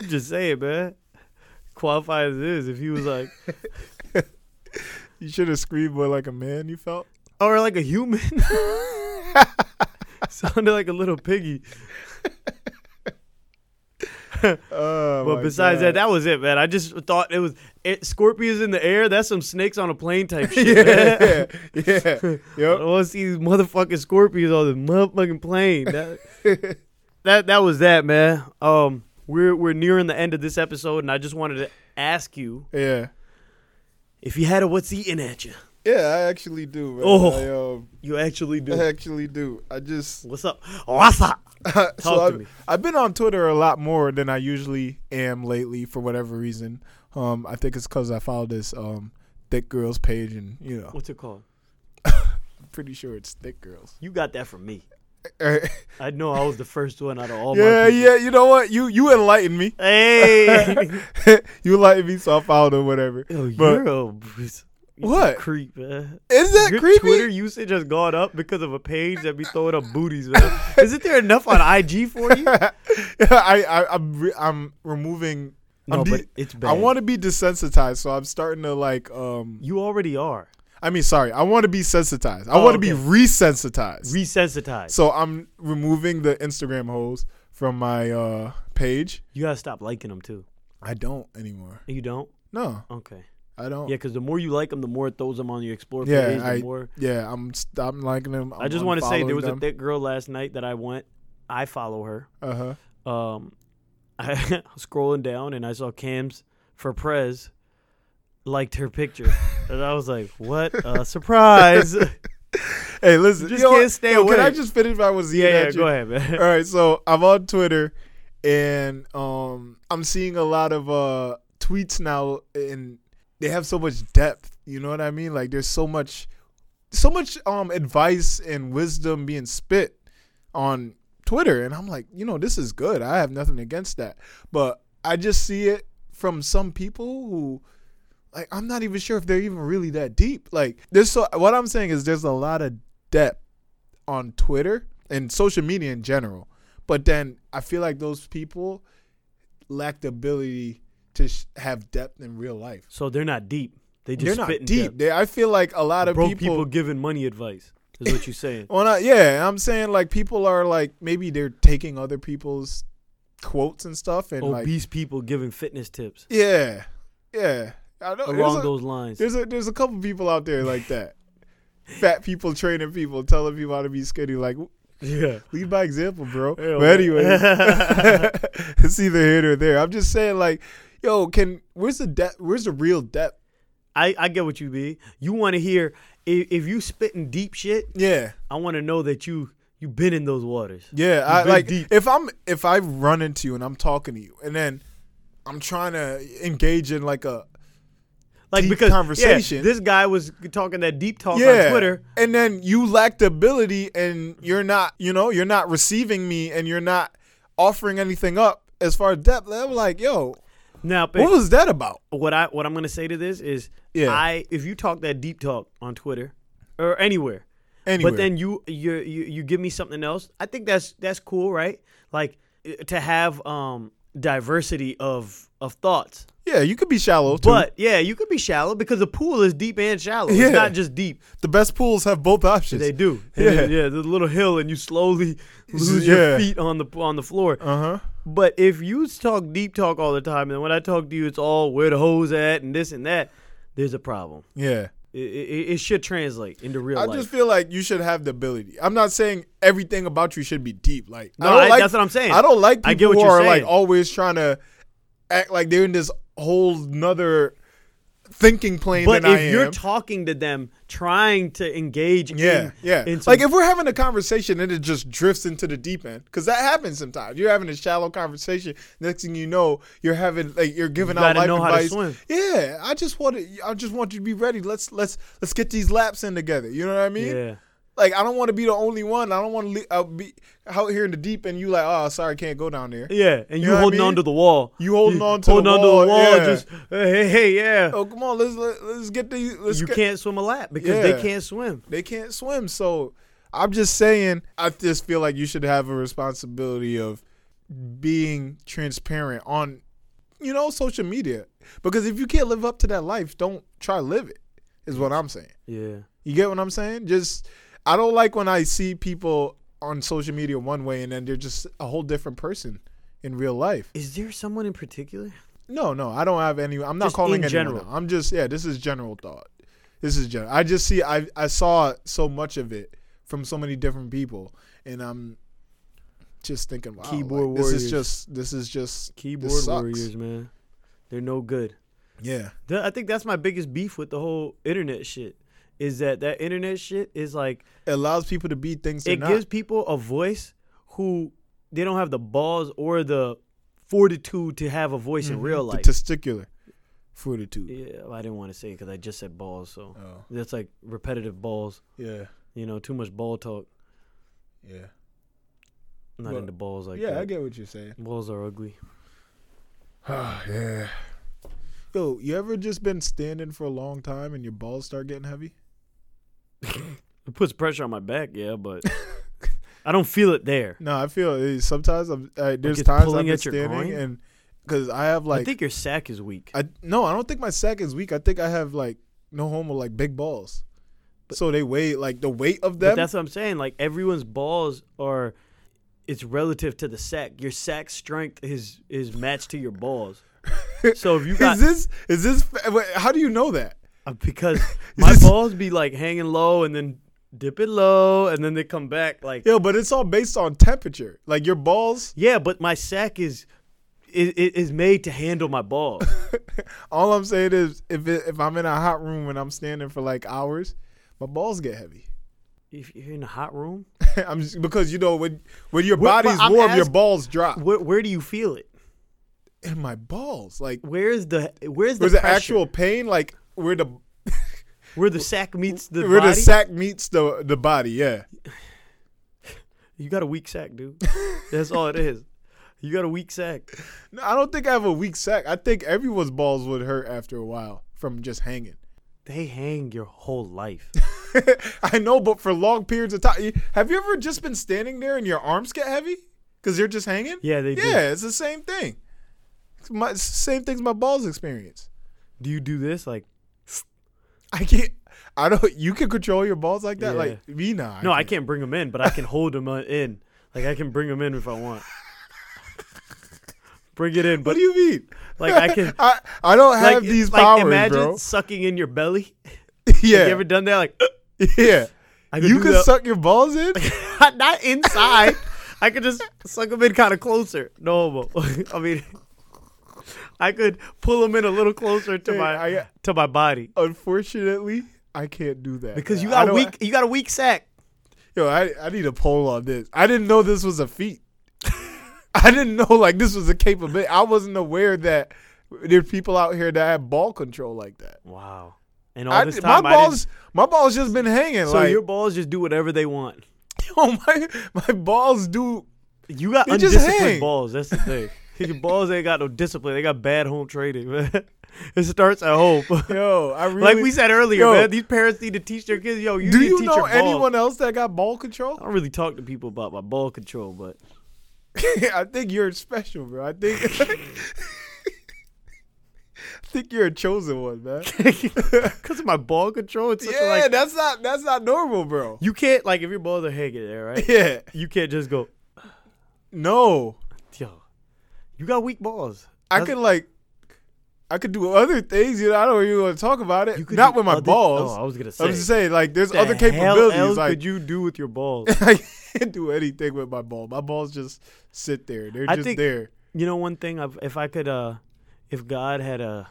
Speaker 2: I'm just saying, man. Qualify as is if he was like,
Speaker 1: you should have screamed more like a man. You felt.
Speaker 2: or like a human. sounded like a little piggy.
Speaker 1: Oh,
Speaker 2: But
Speaker 1: my
Speaker 2: besides that,
Speaker 1: God.
Speaker 2: that was it, man. I just thought it was it, scorpions in the air. That's some snakes on a plane type shit. man.
Speaker 1: yeah, yeah,
Speaker 2: I
Speaker 1: yep.
Speaker 2: don't want to see these motherfucking scorpions on the motherfucking plane. That, that that was that, man. Um, we're we're nearing the end of this episode, and I just wanted to ask you
Speaker 1: yeah,
Speaker 2: if you had a what's eating at you.
Speaker 1: yeah. I actually do. Man.
Speaker 2: Oh.
Speaker 1: I, um,
Speaker 2: You actually
Speaker 1: I
Speaker 2: do.
Speaker 1: actually do. I just
Speaker 2: What's up? What's up?
Speaker 1: talk
Speaker 2: to
Speaker 1: I've,
Speaker 2: me.
Speaker 1: I've been on Twitter a lot more than I usually am lately for whatever reason. Um, I think it's because I follow this um thick girls page, and you know,
Speaker 2: What's it called?
Speaker 1: pretty sure it's thick girls.
Speaker 2: You got that from me.
Speaker 1: yeah,
Speaker 2: I know I was the first one out of all my. people.
Speaker 1: yeah. You know what? You you enlightened me.
Speaker 2: Hey,
Speaker 1: you enlightened me, so I followed or whatever.
Speaker 2: Yo,
Speaker 1: But-
Speaker 2: you're a, Bruce. You're a
Speaker 1: What?
Speaker 2: creep, man.
Speaker 1: Is that
Speaker 2: Your
Speaker 1: creepy?
Speaker 2: Twitter usage has gone up because of a page that be throwing up booties, man. Isn't there enough on IG for you?
Speaker 1: I, I I'm re- I'm removing
Speaker 2: No,
Speaker 1: I'm de-
Speaker 2: but it's bad.
Speaker 1: I want to be desensitized, so I'm starting to like. Um,
Speaker 2: You already are
Speaker 1: I mean, sorry, I want to be sensitized. I
Speaker 2: Oh,
Speaker 1: want to be
Speaker 2: okay.
Speaker 1: resensitized.
Speaker 2: resensitized.
Speaker 1: so I'm removing the Instagram holes from my uh, page.
Speaker 2: you gotta stop liking them too.
Speaker 1: I don't anymore.
Speaker 2: You don't?
Speaker 1: No,
Speaker 2: Okay.
Speaker 1: I don't.
Speaker 2: Yeah, because the more you like them, the more it throws them on your explore page.
Speaker 1: Yeah,
Speaker 2: the
Speaker 1: I-
Speaker 2: more.
Speaker 1: Yeah, I'm. st- I'm liking them. I'm
Speaker 2: I just want to say there was a
Speaker 1: unfollowing them.
Speaker 2: thick girl last night that I went. I follow her.
Speaker 1: Uh-huh.
Speaker 2: Um, I was scrolling down and I saw Cam's for Prez liked her picture, and I was like, "What a surprise!" yeah,
Speaker 1: Hey, listen.
Speaker 2: just
Speaker 1: you know
Speaker 2: can't
Speaker 1: what?
Speaker 2: stay
Speaker 1: Yo, Can I
Speaker 2: away.
Speaker 1: just finish my was eating
Speaker 2: yeah,
Speaker 1: at you?
Speaker 2: go ahead, man.
Speaker 1: All right, so I'm on Twitter, and um, I'm seeing a lot of uh tweets now, and they have so much depth. You know what I mean? Like there's so much, so much um advice and wisdom being spit on Twitter, and I'm like, you know, this is good. I have nothing against that, but I just see it from some people who. Like I'm not even sure if they're even really that deep. Like there's so what I'm saying is there's a lot of depth on Twitter and social media in general. But then I feel like those people lack the ability to sh- have depth in real life.
Speaker 2: So they're not deep. They
Speaker 1: They're
Speaker 2: just
Speaker 1: not
Speaker 2: spit in
Speaker 1: deep.
Speaker 2: depth.
Speaker 1: They, I feel like a lot of
Speaker 2: Broke
Speaker 1: people.
Speaker 2: people, giving money advice is what you're saying.
Speaker 1: well, not, yeah, I'm saying like people are like maybe they're taking other people's quotes and stuff and Oh, like
Speaker 2: Obese people giving fitness tips
Speaker 1: yeah, yeah. I know, there's
Speaker 2: along
Speaker 1: a-
Speaker 2: those lines.
Speaker 1: There's a there's a couple people out there like that. Fat people training people, telling people how to be skinny. Like
Speaker 2: Yeah.
Speaker 1: Lead by example, bro.
Speaker 2: Hell
Speaker 1: but
Speaker 2: yeah.
Speaker 1: anyway, it's either here or there. I'm just saying, like, yo, can where's the depth? Where's the real depth?
Speaker 2: I, I get what you be. You want to hear if, if you spitting deep shit.
Speaker 1: Yeah,
Speaker 2: I want to know that you you been in those waters.
Speaker 1: yeah. I
Speaker 2: been
Speaker 1: like
Speaker 2: deep.
Speaker 1: if I'm if I run into you and I'm talking to you, and then I'm trying to engage in like a
Speaker 2: Like
Speaker 1: Deep
Speaker 2: because yeah,
Speaker 1: conversation.
Speaker 2: this guy was talking that deep talk
Speaker 1: yeah,
Speaker 2: on Twitter.
Speaker 1: and then you lack the ability, and you're not, you know, you're not receiving me, and you're not offering anything up as far as depth. I'm like, yo,
Speaker 2: Now,
Speaker 1: what was that about?
Speaker 2: what I what I'm gonna say to this is,
Speaker 1: Yeah.
Speaker 2: I if you talk that deep talk on Twitter or anywhere,
Speaker 1: Anyway,
Speaker 2: but then you you you you give me something else. I think that's that's cool, right? Like eh, to have um diversity of of thoughts.
Speaker 1: yeah, you could be shallow too.
Speaker 2: But yeah, you could be shallow because the pool is deep and shallow.
Speaker 1: Yeah.
Speaker 2: It's not just deep.
Speaker 1: the best pools have both options.
Speaker 2: They do.
Speaker 1: Yeah.
Speaker 2: Yeah, yeah. There's a little hill, and you slowly
Speaker 1: It's
Speaker 2: lose
Speaker 1: just- yeah.
Speaker 2: your feet on the on the floor.
Speaker 1: Uh huh.
Speaker 2: But if you talk deep talk all the time, and when I talk to you, it's all where the hoes at and this and that. There's a problem.
Speaker 1: Yeah.
Speaker 2: It, it, it should translate into real
Speaker 1: I
Speaker 2: life.
Speaker 1: just feel like you should have the ability. I'm not saying everything about you should be deep. Like I
Speaker 2: No,
Speaker 1: don't
Speaker 2: I-
Speaker 1: like,
Speaker 2: that's what I'm saying.
Speaker 1: I don't like people
Speaker 2: I get what
Speaker 1: who
Speaker 2: you're
Speaker 1: are like
Speaker 2: saying.
Speaker 1: always trying to act like they're in this whole nother thinking plane
Speaker 2: but
Speaker 1: than
Speaker 2: if
Speaker 1: I am.
Speaker 2: you're talking to them, trying to engage,
Speaker 1: yeah,
Speaker 2: in,
Speaker 1: yeah.
Speaker 2: in some-
Speaker 1: like if we're having a conversation and it just drifts into the deep end, because that happens sometimes. You're having a shallow conversation. Next thing you know, you're having like you're giving out
Speaker 2: gotta
Speaker 1: life
Speaker 2: know how to
Speaker 1: advice.
Speaker 2: swim.
Speaker 1: Yeah, I just want to. I just want you to be ready. Let's let's let's get these laps in together. You know what I mean?
Speaker 2: yeah,
Speaker 1: Like I don't want to be the only one. I don't want to le- i be out here in the deep and you like, oh, sorry, can't go down there.
Speaker 2: yeah, and you,
Speaker 1: know what I
Speaker 2: holding
Speaker 1: mean?
Speaker 2: on to the wall,
Speaker 1: You holding on to
Speaker 2: holding
Speaker 1: the
Speaker 2: on
Speaker 1: wall,
Speaker 2: to the wall,
Speaker 1: yeah.
Speaker 2: just uh, hey, hey, yeah.
Speaker 1: Oh, come on, let's let, let's get these. Let's
Speaker 2: you
Speaker 1: get,
Speaker 2: can't swim a lap because they
Speaker 1: Yeah.
Speaker 2: can't swim.
Speaker 1: They can't swim, so I'm just saying. I just feel like you should have a responsibility of being transparent on, you know, social media. Because if you can't live up to that life, don't try to live it. Is what I'm saying.
Speaker 2: Yeah,
Speaker 1: You get what I'm saying? Just I don't like when I see people on social media one way and then they're just a whole different person in real life.
Speaker 2: is there someone in particular?
Speaker 1: No, no, I don't have any. I'm not
Speaker 2: Just
Speaker 1: calling
Speaker 2: in
Speaker 1: anyone.
Speaker 2: general.
Speaker 1: out. I'm just yeah. This is general thought. This is general. I just see. I I saw so much of it from so many different people, and I'm just thinking, wow,
Speaker 2: Keyboard
Speaker 1: like, this
Speaker 2: warriors.
Speaker 1: is just this is just this
Speaker 2: Keyboard
Speaker 1: sucks.
Speaker 2: warriors, man, they're no good.
Speaker 1: Yeah,
Speaker 2: Th- I think that's my biggest beef with the whole internet shit. Is that that internet shit is like
Speaker 1: it allows people to be things they're
Speaker 2: it
Speaker 1: not.
Speaker 2: gives people a voice who they don't have the balls or the fortitude to have a voice in real
Speaker 1: Mm-hmm. the
Speaker 2: life.
Speaker 1: testicular fortitude.
Speaker 2: yeah, well, I didn't want to say it because I just said balls, so
Speaker 1: Oh,
Speaker 2: that's like repetitive balls.
Speaker 1: yeah,
Speaker 2: You know, too much ball talk.
Speaker 1: yeah,
Speaker 2: I'm not
Speaker 1: Well,
Speaker 2: into balls like
Speaker 1: yeah.
Speaker 2: that.
Speaker 1: I get what you're saying.
Speaker 2: balls are ugly.
Speaker 1: Ah, yeah. Yo, you ever just been standing for a long time and your balls start getting heavy?
Speaker 2: It puts pressure on my back, yeah, but I don't feel it there.
Speaker 1: No, I feel eh, sometimes I'm, uh, there's
Speaker 2: it's
Speaker 1: times
Speaker 2: pulling
Speaker 1: I'm
Speaker 2: at your
Speaker 1: standing
Speaker 2: groin?
Speaker 1: and because I have like
Speaker 2: I think your sack is weak.
Speaker 1: I no, I don't think my sack is weak. I think I have like no homo like big balls. so they weigh like the weight of
Speaker 2: But
Speaker 1: them.
Speaker 2: that's what I'm saying. Like everyone's balls are, it's relative to the sack. Your sack strength is is matched to your balls. So if you got
Speaker 1: is this is this fa- wait, how do you know that?
Speaker 2: uh, because my
Speaker 1: this-
Speaker 2: balls be like hanging low and then dip it low and then they come back like
Speaker 1: Yo, but it's all based on temperature. Like your balls.
Speaker 2: yeah, but my sack is is, is made to handle my balls.
Speaker 1: All I'm saying is if it, if I'm in a hot room and I'm standing for like hours, my balls get heavy.
Speaker 2: if you're in a hot room,
Speaker 1: I'm just, because you know when when your
Speaker 2: Well, but
Speaker 1: body's
Speaker 2: I'm
Speaker 1: warm, your
Speaker 2: ask-
Speaker 1: balls drop.
Speaker 2: where where do you feel it?
Speaker 1: And my balls, like
Speaker 2: Where's the where's the
Speaker 1: there's an
Speaker 2: pressure?
Speaker 1: actual pain, like where the
Speaker 2: where the sack meets the
Speaker 1: where
Speaker 2: body?
Speaker 1: the sack meets the the body. Yeah.
Speaker 2: You got a weak sack, dude. That's all it is. You got a weak sack.
Speaker 1: No, I don't think I have a weak sack. I think everyone's balls would hurt after a while from just hanging.
Speaker 2: They hang your whole life.
Speaker 1: I know, but for long periods of time, have you ever just been standing there and your arms get heavy because you're just hanging?
Speaker 2: Yeah, they do.
Speaker 1: Yeah, it's the same thing. It's my it's the same things my balls experience.
Speaker 2: Do you do this? Like,
Speaker 1: I can't. I don't. You can control your balls like that.
Speaker 2: Yeah.
Speaker 1: Like me, nah.
Speaker 2: no, I can't bring them in, but I can hold them in. Like, I can bring them in if I want. bring it in,
Speaker 1: What
Speaker 2: but
Speaker 1: do you mean?
Speaker 2: like I can.
Speaker 1: I, I don't have
Speaker 2: like,
Speaker 1: these
Speaker 2: like,
Speaker 1: powers,
Speaker 2: imagine
Speaker 1: bro.
Speaker 2: sucking in your belly.
Speaker 1: Yeah,
Speaker 2: You ever done that? Like,
Speaker 1: yeah.
Speaker 2: I could
Speaker 1: You
Speaker 2: do
Speaker 1: can
Speaker 2: that.
Speaker 1: suck your balls in.
Speaker 2: not inside. I could just suck them in kind of closer. No, homo. I mean, I could pull them in a little closer to
Speaker 1: Hey,
Speaker 2: my
Speaker 1: I-
Speaker 2: to my body
Speaker 1: Unfortunately, I can't do that
Speaker 2: because you
Speaker 1: man. I
Speaker 2: got a
Speaker 1: don't-
Speaker 2: weak you got a weak sack.
Speaker 1: Yo, I, I need a poll on this. I didn't know this was a feat. I didn't know like this was a capability. I wasn't aware that there's people out here that have ball control like that.
Speaker 2: Wow. And all
Speaker 1: I-
Speaker 2: this
Speaker 1: my
Speaker 2: time, I didn't-
Speaker 1: balls, my balls just been hanging.
Speaker 2: so
Speaker 1: like,
Speaker 2: your balls just do whatever they want.
Speaker 1: yo, my my balls do.
Speaker 2: You got
Speaker 1: just
Speaker 2: undisciplined
Speaker 1: hang.
Speaker 2: balls. That's the thing. your balls ain't got no discipline. They got bad home training. Man. It starts at home.
Speaker 1: Yo, I really.
Speaker 2: like we said earlier,
Speaker 1: Yo.
Speaker 2: man. These parents need to teach their kids. Yo, you
Speaker 1: do
Speaker 2: need to
Speaker 1: you
Speaker 2: teach
Speaker 1: know
Speaker 2: your balls.
Speaker 1: anyone else that got ball control?
Speaker 2: I don't really talk to people about my ball control, but
Speaker 1: I think you're special, bro. I think. I think you're a chosen one, man.
Speaker 2: because of my ball control, it's such
Speaker 1: yeah,
Speaker 2: a, like
Speaker 1: that's not that's not normal, bro.
Speaker 2: you can't like if your balls are hanging there, right?
Speaker 1: Yeah,
Speaker 2: you can't just go,
Speaker 1: no.
Speaker 2: yo, you got weak balls.
Speaker 1: I
Speaker 2: That's-
Speaker 1: could like, I could do other things. You know, I don't even want to talk about it.
Speaker 2: you could
Speaker 1: Not
Speaker 2: do
Speaker 1: with my
Speaker 2: other-
Speaker 1: balls.
Speaker 2: Oh, I was gonna say.
Speaker 1: I'm just saying, like, there's
Speaker 2: the
Speaker 1: other
Speaker 2: hell
Speaker 1: capabilities.
Speaker 2: else
Speaker 1: Like,
Speaker 2: could you do with your balls?
Speaker 1: I can't do anything with my ball. My balls just sit there. They're
Speaker 2: I
Speaker 1: just
Speaker 2: think-
Speaker 1: there.
Speaker 2: You know, one thing I've, if I could, uh, if God had a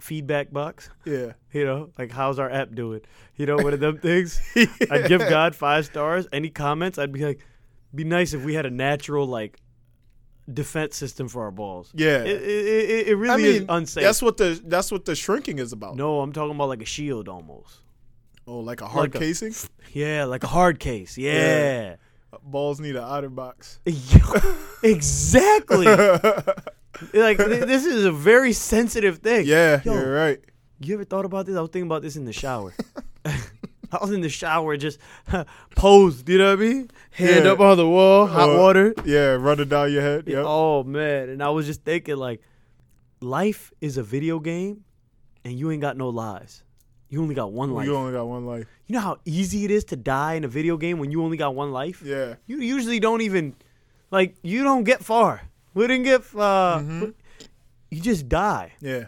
Speaker 2: feedback box,
Speaker 1: Yeah.
Speaker 2: you know, like how's our app doing? You know, one of them things. I'd give God five stars. Any comments? I'd be like, be nice if we had a natural like defense system for our balls.
Speaker 1: Yeah.
Speaker 2: It, it, it, it really
Speaker 1: I
Speaker 2: is
Speaker 1: mean,
Speaker 2: unsafe.
Speaker 1: that's what the that's what the shrinking is about.
Speaker 2: no, I'm talking about like a shield almost.
Speaker 1: Oh, like a hard
Speaker 2: Like a-
Speaker 1: casing.
Speaker 2: Yeah, like a hard case. Yeah.
Speaker 1: balls need an outer box.
Speaker 2: exactly.
Speaker 1: yeah,
Speaker 2: like th- this is a very sensitive thing. Yo,
Speaker 1: you're right.
Speaker 2: You ever thought about this? I was thinking about this in the shower. I was in the shower just posed, you know what I mean? Hand
Speaker 1: Yeah.
Speaker 2: up on the wall, hot
Speaker 1: Uh,
Speaker 2: water.
Speaker 1: Yeah, running down your head. Yep.
Speaker 2: Oh man. And I was just thinking like life is a video game and you ain't got no lives. You only got one life.
Speaker 1: You
Speaker 2: You,
Speaker 1: only got one life.
Speaker 2: know how easy it is to die in a video game when you only got one life?
Speaker 1: Yeah.
Speaker 2: You usually don't even like you don't get far. We didn't get uh
Speaker 1: Mm-hmm.
Speaker 2: you just die.
Speaker 1: Yeah.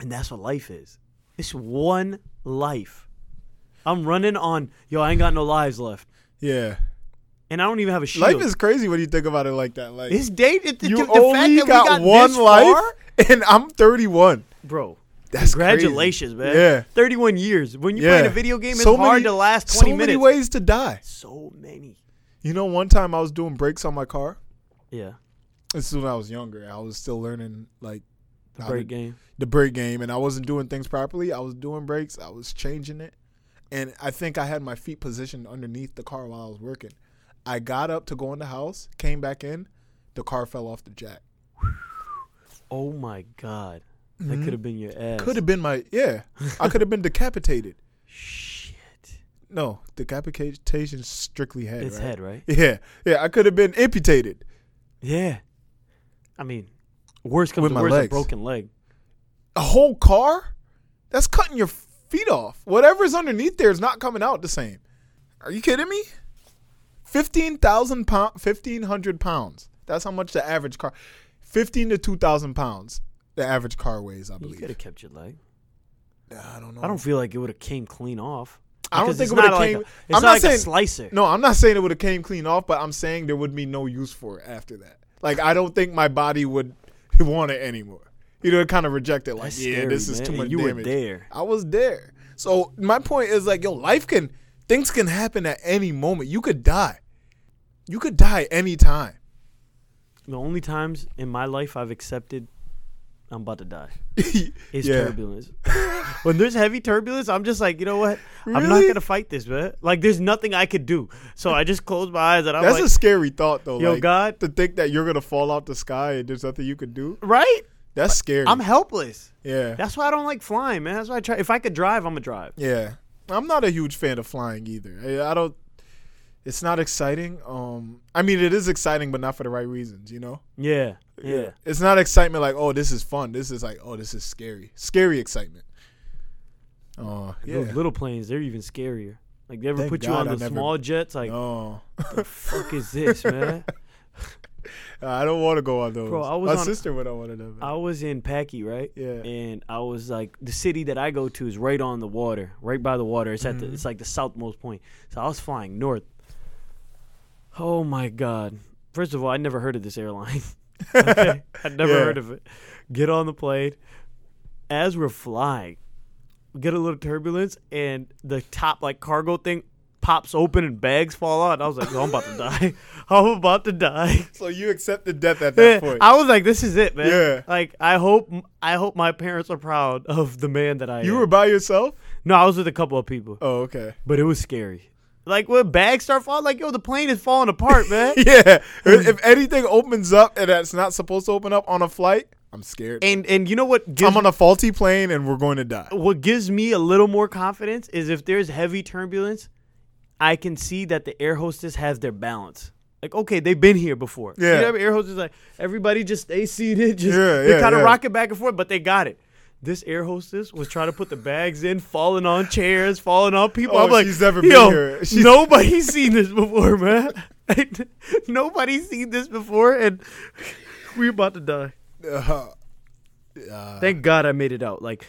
Speaker 2: And that's what life is. It's one life. I'm running on yo, I ain't got no lives left.
Speaker 1: Yeah.
Speaker 2: And I don't even have a shield.
Speaker 1: Life is crazy when you think about it like that. Like
Speaker 2: it's date it,
Speaker 1: you
Speaker 2: the, the fact
Speaker 1: only
Speaker 2: that
Speaker 1: got,
Speaker 2: we got
Speaker 1: one
Speaker 2: this
Speaker 1: life,
Speaker 2: far?
Speaker 1: and I'm 31.
Speaker 2: bro.
Speaker 1: That's
Speaker 2: Congratulations,
Speaker 1: crazy.
Speaker 2: man.
Speaker 1: Yeah,
Speaker 2: 31 years. When you play playing
Speaker 1: yeah.
Speaker 2: a video game, it's
Speaker 1: So
Speaker 2: hard
Speaker 1: many-
Speaker 2: to last
Speaker 1: so
Speaker 2: 20
Speaker 1: many
Speaker 2: minutes.
Speaker 1: ways to die.
Speaker 2: So many.
Speaker 1: You know, one time I was doing brakes on my car.
Speaker 2: Yeah.
Speaker 1: This is when I was younger. I was still learning like
Speaker 2: The
Speaker 1: how
Speaker 2: break
Speaker 1: to-
Speaker 2: game.
Speaker 1: the brake game, and I wasn't doing things properly. I was doing brakes. I was changing it, and I think I had my feet positioned underneath the car while I was working. I got up to go in the house, came back in, the car fell off the jack.
Speaker 2: Oh my god. That
Speaker 1: Mm-hmm.
Speaker 2: could have been your ass.
Speaker 1: Could have been my yeah. I could have been decapitated.
Speaker 2: Shit.
Speaker 1: No, decapitation strictly head.
Speaker 2: It's
Speaker 1: right?
Speaker 2: head, right?
Speaker 1: Yeah, yeah. I could have been amputated.
Speaker 2: Yeah. I mean, Worst comes
Speaker 1: With
Speaker 2: to
Speaker 1: my
Speaker 2: worst, a
Speaker 1: legs.
Speaker 2: broken leg.
Speaker 1: A whole car? That's cutting your feet off. Whatever's underneath there is not coming out the same. Are you kidding me? 15,000 pound 1500 pounds. That's how much the average car 15 to 2000 pounds the average car weighs, I
Speaker 2: You could
Speaker 1: believe.
Speaker 2: have kept your leg.
Speaker 1: I don't know.
Speaker 2: I don't feel like it would have came clean off.
Speaker 1: I don't
Speaker 2: Because
Speaker 1: think
Speaker 2: it's
Speaker 1: it would
Speaker 2: not
Speaker 1: have
Speaker 2: like
Speaker 1: came
Speaker 2: a- it's
Speaker 1: I'm
Speaker 2: not,
Speaker 1: not
Speaker 2: like a
Speaker 1: saying
Speaker 2: slicer.
Speaker 1: No, I'm not saying it would have came clean off, but I'm saying there would be no use for it after that. Like I don't think my body would want it anymore. You know, it kind of reject it. Like,
Speaker 2: That's
Speaker 1: yeah,
Speaker 2: scary,
Speaker 1: this is
Speaker 2: man.
Speaker 1: too
Speaker 2: And
Speaker 1: much
Speaker 2: you were
Speaker 1: damage.
Speaker 2: there.
Speaker 1: I was there. So my point is like, yo, life can things can happen at any moment. You could die. You could die any time.
Speaker 2: The only times in my life I've accepted I'm about to die is turbulence. when there's heavy turbulence, I'm just like, you know what? I'm not
Speaker 1: Really?
Speaker 2: gonna fight this, man. Like, there's nothing I could do. So I just close my eyes and I'm
Speaker 1: That's
Speaker 2: like,
Speaker 1: a scary thought though.
Speaker 2: Yo,
Speaker 1: like,
Speaker 2: God.
Speaker 1: to think that you're gonna fall out the sky and there's nothing you could do.
Speaker 2: right?
Speaker 1: That's scary.
Speaker 2: I'm helpless.
Speaker 1: yeah.
Speaker 2: That's why I don't like flying, man. That's why I try. If I could drive, I'm gonna drive.
Speaker 1: Yeah, I'm not a huge fan of flying either. I, I don't. It's not exciting. Um, I mean, it is exciting, but not for the right reasons. You know.
Speaker 2: Yeah, yeah.
Speaker 1: It's not excitement like, oh, this is fun. This is like, oh, this is scary. Scary excitement. Oh
Speaker 2: Those
Speaker 1: yeah.
Speaker 2: little planes, they're even scarier. Like, they ever
Speaker 1: Thank
Speaker 2: put you
Speaker 1: God
Speaker 2: on
Speaker 1: I
Speaker 2: the
Speaker 1: never-
Speaker 2: small jets? Like,
Speaker 1: Oh,
Speaker 2: the fuck is this, man?
Speaker 1: I don't want to go on those.
Speaker 2: Bro, I was
Speaker 1: My
Speaker 2: on-
Speaker 1: sister went on one of them.
Speaker 2: I was in Packy, right?
Speaker 1: Yeah.
Speaker 2: And I was like, the city that I go to is right on the water, right by the water. It's at
Speaker 1: Mm-hmm.
Speaker 2: the, it's like the southmost point. So I was flying north. Oh my god! First of all, I never heard of this airline. okay, I never
Speaker 1: Yeah.
Speaker 2: heard of it. Get on the plane. As we're flying, we get a little turbulence, and the top like cargo thing pops open and bags fall out. And I was like, "Yo, I'm about to die. I'm about to die."
Speaker 1: so you accepted death at
Speaker 2: Yeah,
Speaker 1: that point.
Speaker 2: Eh, I was like, "This is it, man."
Speaker 1: Yeah.
Speaker 2: Like, I hope, I hope my parents are proud of the man that I.
Speaker 1: you
Speaker 2: am.
Speaker 1: were by yourself.
Speaker 2: no, I was with a couple of people,
Speaker 1: Oh, okay.
Speaker 2: but it was scary. Like when bags start falling, like yo, the plane is falling apart, man.
Speaker 1: Yeah. if if anything opens up and that's not supposed to open up on a flight, I'm scared.
Speaker 2: and and you know what gives
Speaker 1: I'm on a faulty plane and we're going to die.
Speaker 2: what gives me a little more confidence is if there's heavy turbulence, I can see that the air hostess has their balance. Like, okay, they've been here before. You know
Speaker 1: Yeah.
Speaker 2: what I mean? air hostess is like, everybody just stay seated, just
Speaker 1: Yeah,
Speaker 2: they
Speaker 1: yeah,
Speaker 2: kind of
Speaker 1: yeah.
Speaker 2: rock it back and forth, but they got it. This air hostess was trying to put the bags in, falling on chairs, falling on people.
Speaker 1: Oh,
Speaker 2: I'm like,
Speaker 1: she's never been
Speaker 2: Yo,
Speaker 1: here. She's-
Speaker 2: nobody's seen this before, man. nobody's seen this before, and we're about to die.
Speaker 1: Uh,
Speaker 2: Thank God I made it out. Like,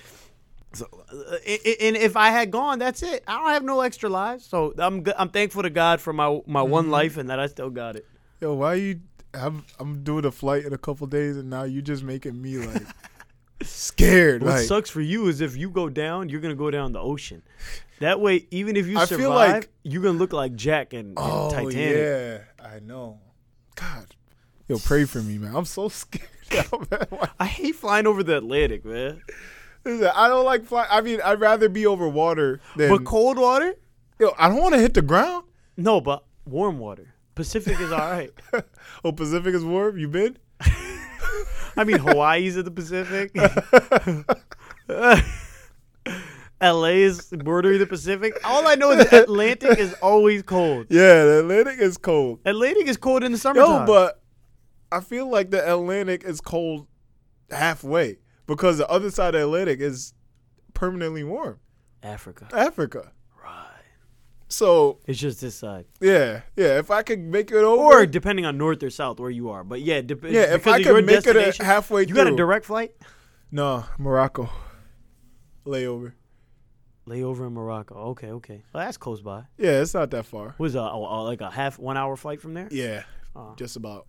Speaker 2: so, uh, i- i- and if I had gone, that's it. I don't have no extra lives, so I'm g- I'm thankful to God for my my one
Speaker 1: Mm-hmm.
Speaker 2: life and that I still got it.
Speaker 1: yo, why you? I'm I'm doing a flight in a couple days, and now you just making me like scared.
Speaker 2: What
Speaker 1: Like
Speaker 2: sucks for you is if you go down, you're gonna go down the ocean. That way, even if you
Speaker 1: I feel
Speaker 2: survive,
Speaker 1: like-
Speaker 2: you're gonna look like Jack and,
Speaker 1: oh
Speaker 2: Titanic.
Speaker 1: yeah, I know. God, yo, pray for me, man. I'm so scared. now, man. Why-
Speaker 2: I hate flying over the Atlantic, man.
Speaker 1: Listen, I don't like fly. I mean, I'd rather be over water than.
Speaker 2: but cold water?
Speaker 1: yo, I don't want to hit the ground.
Speaker 2: No, but warm water. Pacific is all right.
Speaker 1: oh, Pacific is warm. You been?
Speaker 2: I mean, Hawaii's in the Pacific. LA is bordering the Pacific. All I know is the Atlantic is always cold.
Speaker 1: Yeah, the Atlantic is cold.
Speaker 2: Atlantic is cold in the
Speaker 1: No,
Speaker 2: summertime.
Speaker 1: but I feel like the Atlantic is cold halfway because the other side of the Atlantic is permanently warm.
Speaker 2: Africa,
Speaker 1: Africa.
Speaker 2: right?
Speaker 1: So
Speaker 2: It's just this side,
Speaker 1: yeah, yeah. If I could make it over,
Speaker 2: or depending on north or south where you are. But yeah, dep-
Speaker 1: yeah, if
Speaker 2: because
Speaker 1: I
Speaker 2: of your
Speaker 1: could make it a-
Speaker 2: destination-
Speaker 1: halfway
Speaker 2: you
Speaker 1: through.
Speaker 2: got a direct flight
Speaker 1: no, Morocco layover.
Speaker 2: layover in Morocco. Okay, okay, well that's close by.
Speaker 1: Yeah, it's not that far.
Speaker 2: Was a, a, a- like a half one hour flight from there?
Speaker 1: Yeah,
Speaker 2: Oh.
Speaker 1: just about.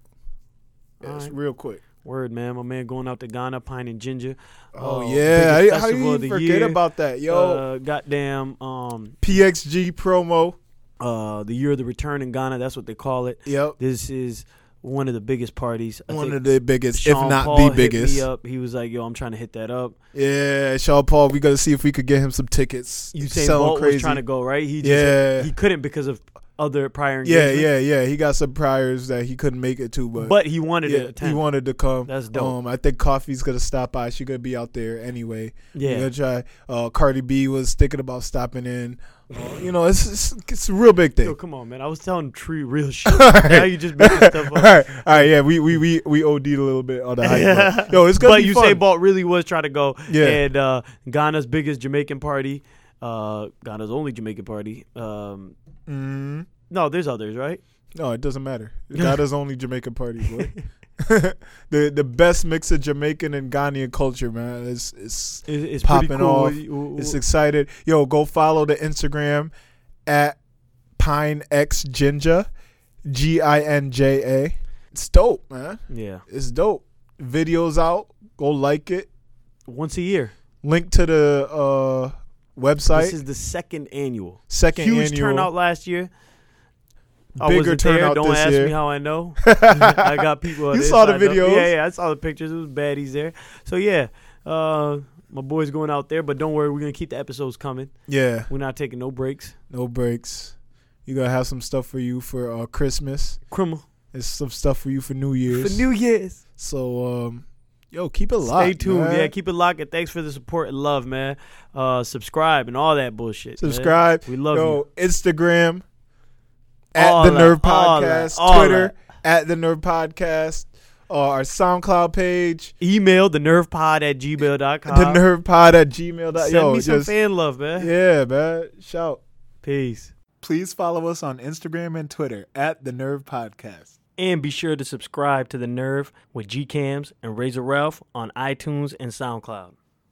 Speaker 1: Yeah, it's
Speaker 2: Alright.
Speaker 1: real quick.
Speaker 2: Word, man, my man going out to Ghana, pine and ginger.
Speaker 1: Oh,
Speaker 2: Uh,
Speaker 1: yeah,
Speaker 2: biggest
Speaker 1: I- how do
Speaker 2: festival
Speaker 1: you
Speaker 2: of the
Speaker 1: forget
Speaker 2: year.
Speaker 1: about that, yo?
Speaker 2: Uh, goddamn, um,
Speaker 1: PXG promo.
Speaker 2: uh, the year of the return in Ghana. That's what they call it.
Speaker 1: Yep,
Speaker 2: This is one of the biggest parties. I
Speaker 1: one
Speaker 2: think
Speaker 1: of the biggest,
Speaker 2: Sean
Speaker 1: if not
Speaker 2: Paul
Speaker 1: the
Speaker 2: hit
Speaker 1: biggest.
Speaker 2: Me up. He was like, "Yo, I'm trying to hit that up."
Speaker 1: Yeah, Sean Paul. We gotta see if we could get him some tickets.
Speaker 2: You
Speaker 1: It's
Speaker 2: say
Speaker 1: selling
Speaker 2: Walt was trying to go right. He just
Speaker 1: Yeah.
Speaker 2: he couldn't because of other prior
Speaker 1: Yeah,
Speaker 2: engagement.
Speaker 1: yeah, yeah. He got some priors that he couldn't make it to, but,
Speaker 2: But he wanted
Speaker 1: yeah,
Speaker 2: to
Speaker 1: he
Speaker 2: attend.
Speaker 1: wanted to come.
Speaker 2: That's dope.
Speaker 1: Um, I think Coffee's gonna stop by. She gonna be out there anyway.
Speaker 2: yeah.
Speaker 1: We're gonna try. Uh, Cardi B was thinking about stopping in. Uh, you know, it's, it's it's a real big
Speaker 2: Yo,
Speaker 1: thing.
Speaker 2: come on, man. I was telling tree real shit. Now you just making
Speaker 1: all
Speaker 2: stuff up.
Speaker 1: right, all right, yeah, we we we we OD'd a little bit on the hype. but- Yo, it's gonna
Speaker 2: but
Speaker 1: be
Speaker 2: you
Speaker 1: fun.
Speaker 2: say Bolt really was trying to go.
Speaker 1: Yeah.
Speaker 2: And uh, Ghana's biggest Jamaican party, uh, Ghana's only Jamaican party. Um,
Speaker 1: Mm,
Speaker 2: no, there's others, right?
Speaker 1: no, it doesn't matter. God is only Jamaican party boy. the the best mix of Jamaican and Ghanaian culture, man. It's it's
Speaker 2: It's, it's
Speaker 1: Popping
Speaker 2: pretty cool.
Speaker 1: off.
Speaker 2: You-
Speaker 1: it's excited. Yo, go follow the Instagram at Pine X Ginger, G I N J A. It's dope, man.
Speaker 2: yeah,
Speaker 1: It's dope. Videos out. Go like it.
Speaker 2: once a year.
Speaker 1: Link to the uh, website.
Speaker 2: This is the second annual.
Speaker 1: Second
Speaker 2: Huge
Speaker 1: annual.
Speaker 2: turnout last year. I
Speaker 1: Bigger
Speaker 2: wasn't
Speaker 1: turnout
Speaker 2: there. Don't
Speaker 1: this
Speaker 2: ask
Speaker 1: year.
Speaker 2: me how I know. I got people. on
Speaker 1: You
Speaker 2: the
Speaker 1: saw the
Speaker 2: inside know.
Speaker 1: videos.
Speaker 2: Yeah, yeah. I saw the pictures. It was baddies there. So yeah, uh, my boy's going out there. But don't worry, we're gonna keep the episodes coming.
Speaker 1: Yeah,
Speaker 2: We're not taking no breaks.
Speaker 1: no breaks. You gonna have some stuff for you for uh, Christmas.
Speaker 2: Criminal
Speaker 1: There's some stuff for you for New
Speaker 2: for
Speaker 1: Year's.
Speaker 2: New Year's.
Speaker 1: so, um, yo, keep it locked.
Speaker 2: Stay tuned.
Speaker 1: man.
Speaker 2: Yeah, keep it locked. And thanks for the support and love, man. Uh, subscribe and all that bullshit. man.
Speaker 1: subscribe.
Speaker 2: We love you.
Speaker 1: Yo, Instagram at
Speaker 2: All
Speaker 1: the
Speaker 2: that,
Speaker 1: Nerve
Speaker 2: all that,
Speaker 1: Podcast,
Speaker 2: all
Speaker 1: Twitter at the Nerve Podcast, uh, our SoundCloud page,
Speaker 2: Email the nervepod at gmail.com.
Speaker 1: the Nerve Pod at Gmail.
Speaker 2: Uh-huh. Send
Speaker 1: yo,
Speaker 2: me some
Speaker 1: just
Speaker 2: fan love, man.
Speaker 1: yeah, man, shout.
Speaker 2: Peace.
Speaker 1: Please follow us on Instagram and Twitter at the Nerve Podcast.
Speaker 2: And be sure to subscribe to The Nerve with G Cams and Razor Ralph on iTunes and SoundCloud.